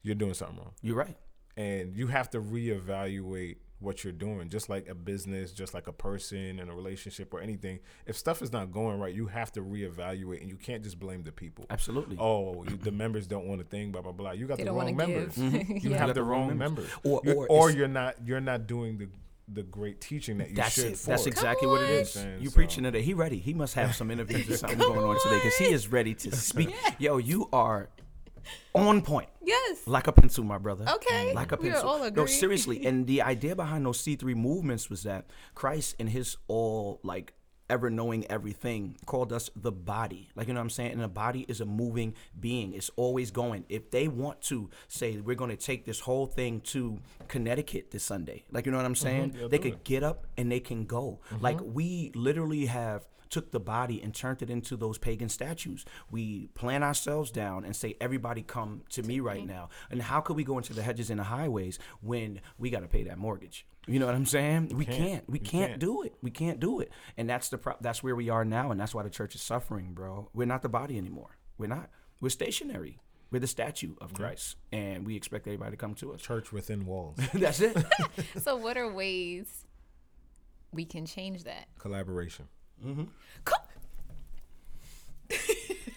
Speaker 3: you're doing something wrong
Speaker 2: You're right.
Speaker 3: and you have to reevaluate what you're doing just like a business just like a person and a relationship or anything if stuff is not going right you have to reevaluate and you can't just blame the people
Speaker 2: Absolutely.
Speaker 3: oh you, the members don't want a thing blah blah blah you got
Speaker 4: They
Speaker 3: the
Speaker 4: don't wanna
Speaker 3: wrong members
Speaker 4: give. Mhm.
Speaker 3: you
Speaker 4: Yeah.
Speaker 3: have the wrong members,
Speaker 2: Or-
Speaker 3: You-
Speaker 2: or it's-
Speaker 3: you're not you're not doing the the great teaching that you
Speaker 2: That's
Speaker 3: should
Speaker 2: it.
Speaker 3: for
Speaker 2: That's
Speaker 3: it.
Speaker 2: exactly what it
Speaker 4: on.
Speaker 2: is.
Speaker 3: Saying,
Speaker 2: You
Speaker 3: so-
Speaker 2: preaching today. He ready. He must have some interviews or something going on today because he is ready to speak. Yo, you are on point.
Speaker 4: yes.
Speaker 2: Like a pencil, my brother. Mm,
Speaker 4: Okay.
Speaker 2: Like a
Speaker 4: We are
Speaker 2: pencil.
Speaker 4: all
Speaker 2: no,
Speaker 4: agreed.
Speaker 2: seriously. And the idea behind those C three movements was that Christ in his all like ever knowing everything called us the body. Like you know what I'm saying? And a body is a moving being. It's always going. If they want to say we're gonna take this whole thing to Connecticut this Sunday, like you know what
Speaker 4: Mm-hmm.
Speaker 2: I'm saying? they could get up and they can go. Like we literally have took the body and turned it into those pagan statues. We plan ourselves down and say, everybody come to me right now. And how could we go into the hedges and the highways when we got to pay that mortgage? You know what I'm saying? We can't. We can't,
Speaker 3: can't.
Speaker 2: do it. We can't do it. And that's the pro- that's where we are now, and that's why the church is suffering, bro. We're not the body anymore. We're not. We're stationary. We're the statue of Christ, and we expect everybody to come to us.
Speaker 3: church within walls
Speaker 2: that's it.
Speaker 4: So what are ways we can change that?
Speaker 3: collaboration
Speaker 4: Co-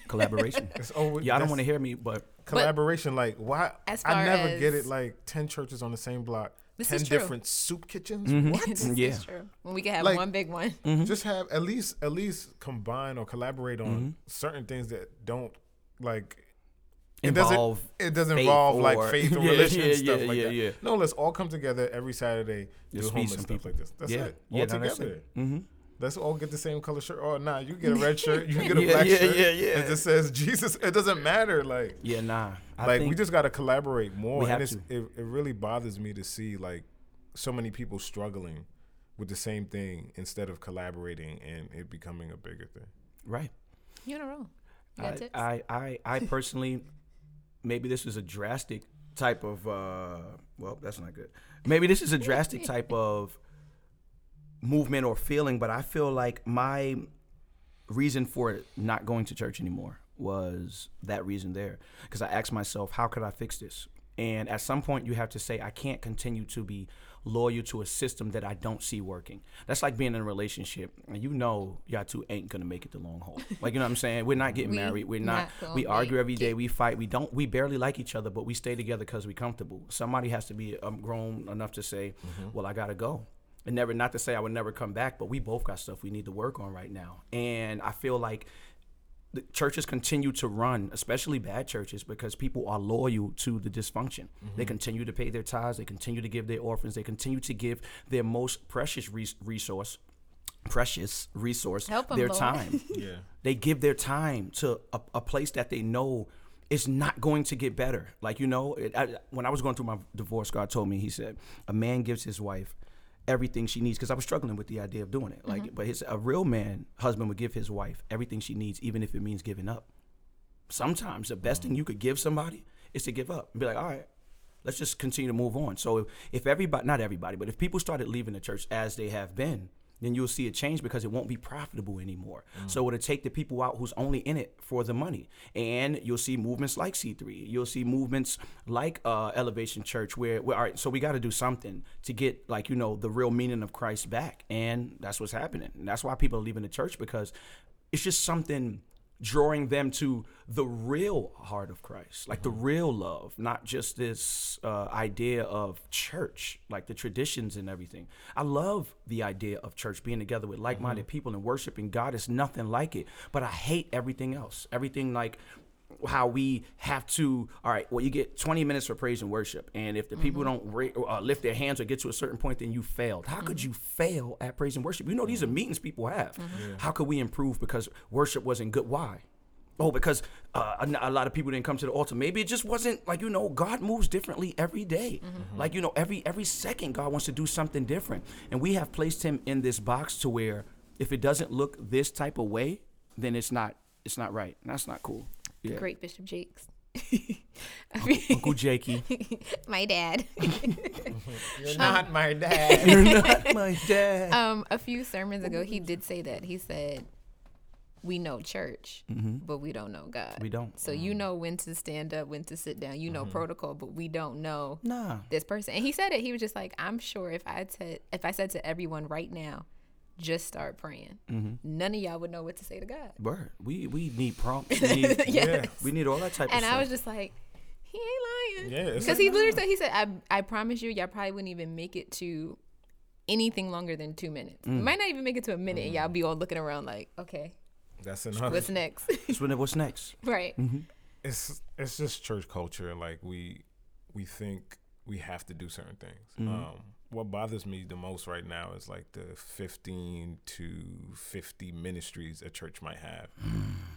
Speaker 2: Collaboration.
Speaker 3: it's always
Speaker 2: Y'all
Speaker 3: that's-
Speaker 2: don't want to hear me, but
Speaker 3: collaboration like why
Speaker 4: As
Speaker 3: i
Speaker 4: far
Speaker 3: never get
Speaker 4: as-
Speaker 3: it like 10 churches on the same block
Speaker 4: This
Speaker 3: 10
Speaker 4: is true.
Speaker 3: different soup kitchens
Speaker 4: This
Speaker 3: what
Speaker 4: is
Speaker 2: Yeah.
Speaker 4: true. When we can have
Speaker 3: Like- mm.
Speaker 4: one big one.
Speaker 2: Mm-hmm.
Speaker 3: just have at least at least combine or collaborate on
Speaker 2: Mm-hmm.
Speaker 3: certain things that don't like it doesn't
Speaker 2: Involve
Speaker 3: it doesn't
Speaker 2: faith
Speaker 3: involve
Speaker 2: or-
Speaker 3: like faith or
Speaker 2: Yeah,
Speaker 3: religion
Speaker 2: yeah,
Speaker 3: and stuff
Speaker 2: yeah,
Speaker 3: like
Speaker 2: yeah,
Speaker 3: that
Speaker 2: yeah.
Speaker 3: no let's all come together every saturday do
Speaker 2: Just feed
Speaker 3: homeless
Speaker 2: some
Speaker 3: stuff
Speaker 2: people.
Speaker 3: like this that's
Speaker 2: Yeah.
Speaker 3: it all
Speaker 2: Yeah, no,
Speaker 3: together
Speaker 2: that's
Speaker 3: mm-hmm. Let's all get the same color shirt. Oh, nah, you get a red shirt, you get a
Speaker 2: Yeah,
Speaker 3: black
Speaker 2: yeah,
Speaker 3: shirt.
Speaker 2: yeah, yeah.
Speaker 3: It just says Jesus. It doesn't matter. Like,
Speaker 2: yeah, nah. I
Speaker 3: like we
Speaker 2: think-
Speaker 3: just got to collaborate more
Speaker 2: We
Speaker 3: and
Speaker 2: have
Speaker 3: it's, it, it really bothers me to see like so many people struggling with the same thing instead of collaborating and it becoming a bigger thing
Speaker 2: right.
Speaker 4: You're not wrong. You got
Speaker 2: I,
Speaker 4: tips?
Speaker 2: I, I, I personally, maybe this is a drastic type of, uh, well, that's not good. Maybe this is a drastic type of movement or feeling, but I feel like my reason for not going to church anymore was that reason there. Because I asked myself, how could I fix this? And at some point, you have to say, I can't continue to be loyal to a system that I don't see working. That's like being in a relationship, and you know, y'all two ain't gonna make it the long haul. Like, you know what I'm saying? We're not getting
Speaker 4: We
Speaker 2: married. We're not.
Speaker 4: not gonna
Speaker 2: we argue
Speaker 4: make
Speaker 2: every day. We fight. We don't. We barely like each other, but we stay together because we're comfortable. Somebody has to be um, grown enough to say, "Well, I gotta go." And never, not to say I would never come back, but we both got stuff we need to work on right now. And I feel like the churches continue to run, especially bad churches, because people are loyal to the dysfunction. They continue to pay their tithes, they continue to give their orphans, they continue to give their most precious res- resource, precious resource,
Speaker 4: Help 'em,
Speaker 2: their
Speaker 4: Lord.
Speaker 2: time.
Speaker 3: yeah
Speaker 2: They give their time to a, a place that they know is not going to get better. Like, you know, it, I, when I was going through my divorce, God told me, He said, a man gives his wife everything she needs because I was struggling with the idea of doing it. Like, but his, a real man, husband would give his wife everything she needs, even if it means giving up. Sometimes the best thing you could give somebody is to give up and be like, all right, let's just continue to move on. So if, if everybody, not everybody, but if people started leaving the church as they have been, then you'll see a change because it won't be profitable anymore. So it'll take the people out who's only in it for the money. And you'll see movements like C3. You'll see movements like uh, Elevation Church where, where all right, so we got to do something to get like, you know, the real meaning of Christ back. And that's what's happening. And that's why people are leaving the church because it's just something drawing them to the real heart of Christ, like the real love, not just this uh, idea of church, like the traditions and everything. I love the idea of church being together with like minded people and worshiping God. It's nothing like it, but I hate everything else. Everything like how we have to all right well you get 20 minutes for praise and worship and if the people don't ra- uh, lift their hands or get to a certain point then you failed how could you fail at praise and worship you know these are meetings people have how could we improve because worship wasn't good why oh because uh, a n- a lot of people didn't come to the altar maybe it just wasn't like you know god moves differently every day. like you know every every second god wants to do something different and we have placed him in this box to where if it doesn't look this type of way then it's not it's not right and that's not cool yeah.
Speaker 4: Great Bishop Jakes. I mean,
Speaker 2: Uncle Jakey.
Speaker 4: my dad.
Speaker 3: You're not my dad.
Speaker 2: You're not my dad.
Speaker 4: um, a few sermons ago, he did say that. He said, "We know church, but we don't know God.
Speaker 2: We don't.
Speaker 4: So
Speaker 3: Mm-hmm.
Speaker 4: you know when to stand up, when to sit down. You know protocol, but we don't know
Speaker 2: Nah.
Speaker 4: this person." And he said it. He was just like, "I'm sure if I said if I said to everyone right now, just start praying,
Speaker 3: Mm-hmm.
Speaker 4: none of y'all would know what to say to God."
Speaker 2: Word. We we need prompts. We need,
Speaker 4: Yes.
Speaker 2: we need all that type
Speaker 4: And
Speaker 2: of
Speaker 4: I
Speaker 2: stuff.
Speaker 4: was just like, he ain't lying.
Speaker 3: Yeah, it's
Speaker 4: Because he literally said, he said, I, I promise you, y'all probably wouldn't even make it to anything longer than two minutes.
Speaker 3: Mm.
Speaker 4: Might not even make it to a minute, and y'all
Speaker 3: Mm-hmm.
Speaker 4: be all looking around like, okay,
Speaker 3: That's another.
Speaker 4: what's next?
Speaker 2: It's when- what's next?
Speaker 4: right.
Speaker 3: Mm-hmm. it's it's just church culture. Like we we think we have to do certain things.
Speaker 2: Mm-hmm.
Speaker 3: Um, what bothers me the most right now is like the fifteen to fifty ministries a church might have,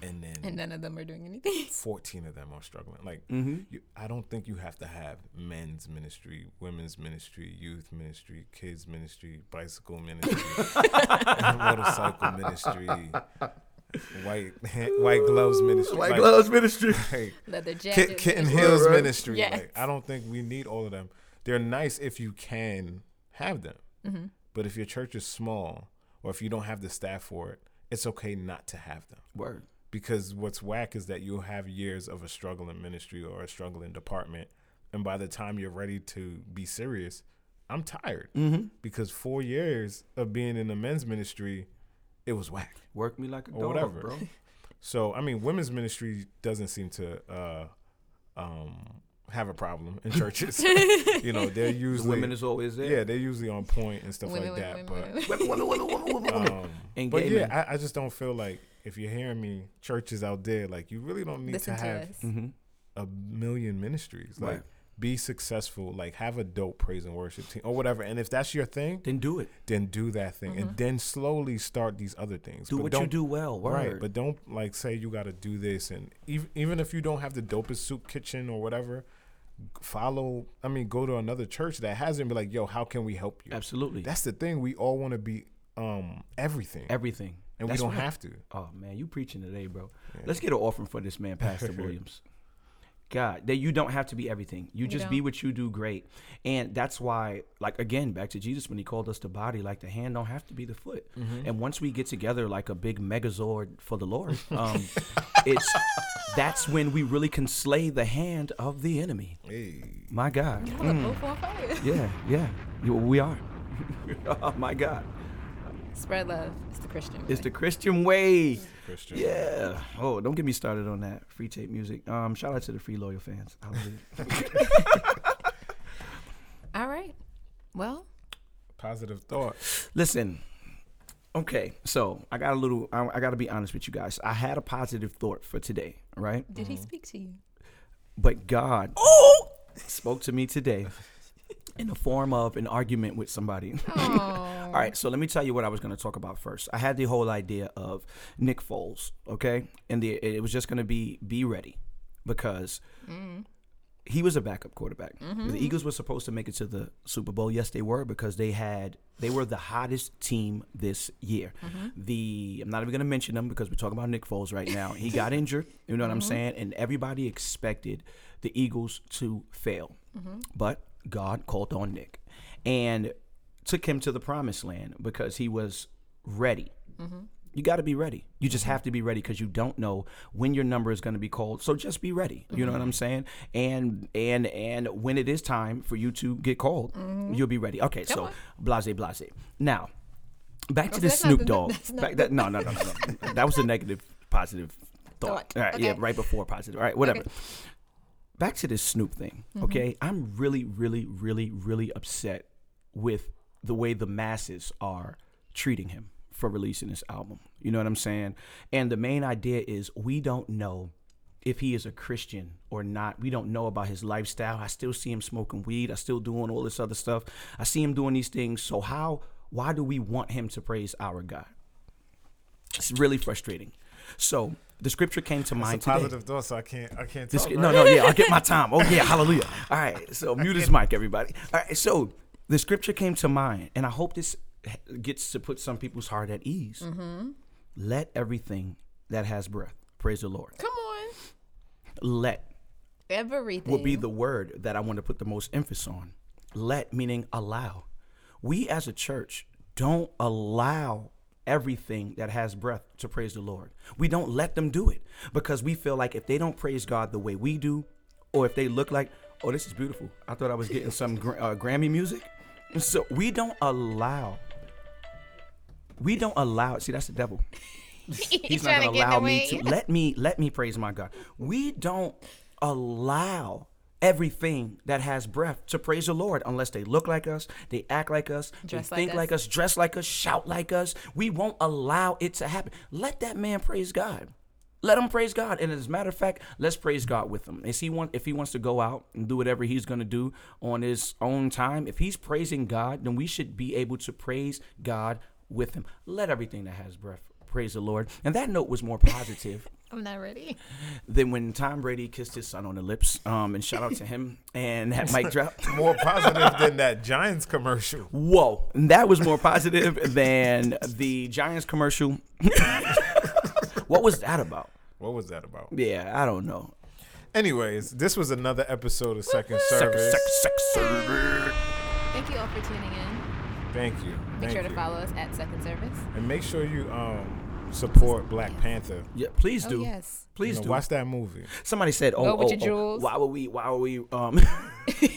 Speaker 3: and then
Speaker 4: And none of them are doing anything.
Speaker 3: 14 of them are struggling. Like, you, I don't think you have to have men's ministry, women's ministry, youth ministry, kids ministry, bicycle ministry, motorcycle ministry, white white gloves ministry, like-
Speaker 2: Ministry.
Speaker 3: like,
Speaker 4: Leather
Speaker 3: Kit-
Speaker 4: jacket.
Speaker 3: Kitten
Speaker 4: leather-
Speaker 3: Hills
Speaker 2: Right, right.
Speaker 3: ministry.
Speaker 4: Yes.
Speaker 3: Like, I don't think we need all of them. They're nice if you can have them, but if your church is small or if you don't have the staff for it, it's okay not to have them
Speaker 2: Word.
Speaker 3: because what's whack is that you'll have years of a struggling ministry or a struggling department and by the time you're ready to be serious i'm tired
Speaker 4: Mm.
Speaker 2: Mm-hmm.
Speaker 3: because four years of being in the men's ministry it was whack
Speaker 2: Work me like a
Speaker 3: Or
Speaker 2: dog,
Speaker 3: whatever.
Speaker 2: bro.
Speaker 3: so i mean women's ministry doesn't seem to uh, um, have a problem in churches you know they're usually
Speaker 2: Women is always there.
Speaker 3: yeah they're usually on point and stuff
Speaker 4: Women,
Speaker 3: like that
Speaker 4: women,
Speaker 3: but
Speaker 4: women, women.
Speaker 2: Women, women, women, women, women, women.
Speaker 3: um,
Speaker 2: And
Speaker 3: but
Speaker 2: gay
Speaker 3: yeah,
Speaker 2: men.
Speaker 3: I, I just don't feel like if you're hearing me, churches out there, like you really don't need
Speaker 4: Listen
Speaker 3: to
Speaker 4: to Mm-hmm.
Speaker 3: have
Speaker 4: us.
Speaker 3: a million ministries. Like
Speaker 2: Right.
Speaker 3: be successful, like have a dope praise and worship team or whatever. And if that's your thing,
Speaker 2: then do it.
Speaker 3: then do that thing, and then slowly start these other things.
Speaker 2: Do
Speaker 3: But
Speaker 2: what you
Speaker 3: don't-
Speaker 2: do well. Word.
Speaker 3: Right, but don't like say you got to do this, and even even if you don't have the dopest soup kitchen or whatever, g- follow. I mean, go to another church that has it and be like, "Yo, how can we help you?"
Speaker 2: Absolutely.
Speaker 3: That's the thing. We all want to be um everything,
Speaker 2: Everything.
Speaker 3: and
Speaker 2: That's
Speaker 3: we don't
Speaker 2: right.
Speaker 3: have to.
Speaker 2: Oh man, you preaching today, bro. Let's get an offering for this man, Pastor Williams. God, that you don't have to be everything. You, just be
Speaker 4: don't.
Speaker 2: what you do great. And that's why, like again, back to Jesus when he called us the body, like the hand don't have to be the foot. And once we get together like a big megazord for the Lord, um, it's that's when we really can slay the hand of the enemy.
Speaker 3: Hey,
Speaker 2: My God.
Speaker 4: Y'all are both on fire.
Speaker 2: Yeah, yeah. You- we are. oh my God.
Speaker 4: Spread love. It's the Christian.
Speaker 2: It's
Speaker 4: way.
Speaker 2: the Christian way.
Speaker 3: Christian.
Speaker 2: Yeah. Oh, don't get me started on that free tape music. Um, shout out to the free loyal fans. Hallelujah.
Speaker 4: All right. Well,
Speaker 3: Positive thought.
Speaker 2: Listen. Okay, so I got a little. I, I got to be honest with you guys. I had a positive thought for today, right?
Speaker 4: did he speak to you?
Speaker 2: But God spoke to me today in the form of an argument with somebody.
Speaker 4: Oh.
Speaker 2: All right, so let me tell you what I was going to talk about first. I had the whole idea of Nick Foles, okay, and the, it was just going to be be ready because he was a backup quarterback. The Eagles were supposed to make it to the Super Bowl. Yes, they were because they had they were the hottest team this year. The I'm not even going to mention them because we're talking about Nick Foles right now. He got injured, you know what I'm saying, and everybody expected the Eagles to fail, but God called on Nick and took him to the promised land because he was ready. You got to be ready. You just have to be ready because you don't know when your number is going to be called. So just be ready. You know what I'm saying? And and and when it is time for you to get called, you'll be ready. Okay, so blase blase. Now, back to
Speaker 4: Okay,
Speaker 2: the
Speaker 4: that's not
Speaker 2: Snoop
Speaker 4: the-
Speaker 2: Dogg.
Speaker 4: that's not
Speaker 2: Back that, no, no, no, no, no. that was a negative, positive thought.
Speaker 4: Thought.
Speaker 2: All right, yeah,
Speaker 4: Okay.
Speaker 2: right before positive. All right, whatever. Back to this Snoop thing. Okay, I'm really, really, really, really upset with the way the masses are treating him for releasing this album. You know what I'm saying? And the main idea is we don't know if he is a Christian or not. We don't know about his lifestyle. I still see him smoking weed. I still doing all this other stuff. I see him doing these things. So how why do we want him to praise our God? It's really frustrating. So the scripture came to mind
Speaker 3: It's a
Speaker 2: today.
Speaker 3: positive thought, so I can't. I can't
Speaker 2: This,
Speaker 3: talk.
Speaker 2: no, no, yeah, I'll get my time. Oh, yeah, hallelujah. All right, so mute his mic, everybody. All right, so the scripture came to mind, and I hope this gets to put some people's heart at ease. Let everything that has breath praise the Lord.
Speaker 4: Come on.
Speaker 2: Let
Speaker 4: Everything.
Speaker 2: will be the word that I want to put the most emphasis on. Let meaning allow. We as a church don't allow everything that has breath to praise the Lord. We don't let them do it because we feel like if they don't praise God the way we do, or if they look like, oh, this is beautiful. I thought I was getting some gra- uh, Grammy music. So we don't allow. We don't allow. See, that's the devil. He's not
Speaker 4: trying
Speaker 2: gonna
Speaker 4: to get in
Speaker 2: allow
Speaker 4: the
Speaker 2: me
Speaker 4: way.
Speaker 2: to let me let me praise my God. We don't allow everything that has breath to praise the Lord unless they look like us, they act like us,
Speaker 4: Dress
Speaker 2: they
Speaker 4: like
Speaker 2: think
Speaker 4: us.
Speaker 2: like us, dress like us, shout like us. We won't allow it to happen. Let that man praise God. Let him praise God. And as a matter of fact, let's praise God with him. If he want, if he wants to go out and do whatever he's gonna do on his own time, if he's praising God, then we should be able to praise God with him. Let everything that has breath praise the Lord. And that note was more positive
Speaker 4: I'm not ready.
Speaker 2: than when Tom Brady kissed his son on the lips. Um, and shout out to him and that mic drop.
Speaker 3: More positive than that Giants commercial.
Speaker 2: Whoa, that was more positive than the Giants commercial. what was that about?
Speaker 3: What was that about?
Speaker 2: Yeah, I don't know.
Speaker 3: Anyways, this was another episode of Second
Speaker 2: Sex,
Speaker 3: Service.
Speaker 2: sex, sex, sex.
Speaker 4: Thank you all for tuning in.
Speaker 3: Thank you. Make
Speaker 4: Make sure to follow us at Second Service.
Speaker 3: And make sure you um support Black Panther.
Speaker 2: Yeah, please
Speaker 4: Oh,
Speaker 2: do.
Speaker 4: yes.
Speaker 2: Please
Speaker 3: You know,
Speaker 2: do.
Speaker 3: watch that movie.
Speaker 2: Somebody said, "Oh,
Speaker 4: Go with
Speaker 2: oh,
Speaker 4: your
Speaker 2: oh,
Speaker 4: jewels.
Speaker 2: why would we? Why would we?" Um,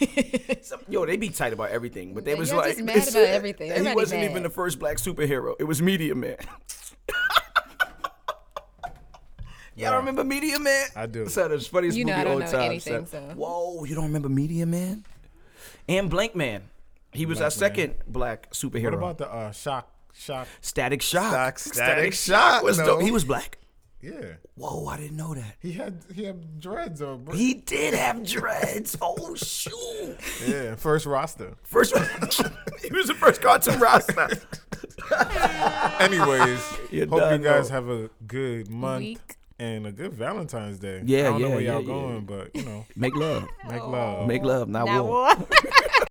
Speaker 2: some- yo, they be tight about everything, but they
Speaker 4: Yeah,
Speaker 2: was
Speaker 4: y'all
Speaker 2: like,
Speaker 4: just mad about everything.
Speaker 2: He
Speaker 4: Everybody
Speaker 2: wasn't
Speaker 4: mad.
Speaker 2: even the first black superhero. It was Media Man. Y'all
Speaker 3: Nah.
Speaker 2: don't remember Media Man?
Speaker 3: I do.
Speaker 2: It's the funniest
Speaker 4: You know
Speaker 2: movie
Speaker 4: I don't
Speaker 2: all
Speaker 4: know
Speaker 2: time.
Speaker 4: anything,
Speaker 2: son.
Speaker 4: so.
Speaker 2: Whoa, you don't remember Media Man? And Blank Man. He was our
Speaker 3: Blank Man.
Speaker 2: second black superhero.
Speaker 3: What about the uh shock shock?
Speaker 2: Static Shock?
Speaker 3: Static- Static Shock,
Speaker 2: was
Speaker 3: no.
Speaker 2: dope. He was black.
Speaker 3: Yeah.
Speaker 2: Whoa, I didn't know that.
Speaker 3: He had he had dreads on bro.
Speaker 2: He did have dreads. Oh shoot!
Speaker 3: Yeah, first roster.
Speaker 2: First, he was the first cartoon roster.
Speaker 3: Anyways,
Speaker 2: You
Speaker 3: hope you
Speaker 2: done
Speaker 3: guys
Speaker 2: know.
Speaker 3: have a good month
Speaker 4: Week.
Speaker 3: and a good Valentine's Day.
Speaker 2: Yeah,
Speaker 3: I don't know
Speaker 2: yeah,
Speaker 3: where y'all
Speaker 2: yeah, yeah.
Speaker 3: going, but you know,
Speaker 2: Make love.
Speaker 3: make love.
Speaker 2: Make love, not, war.
Speaker 4: Now what?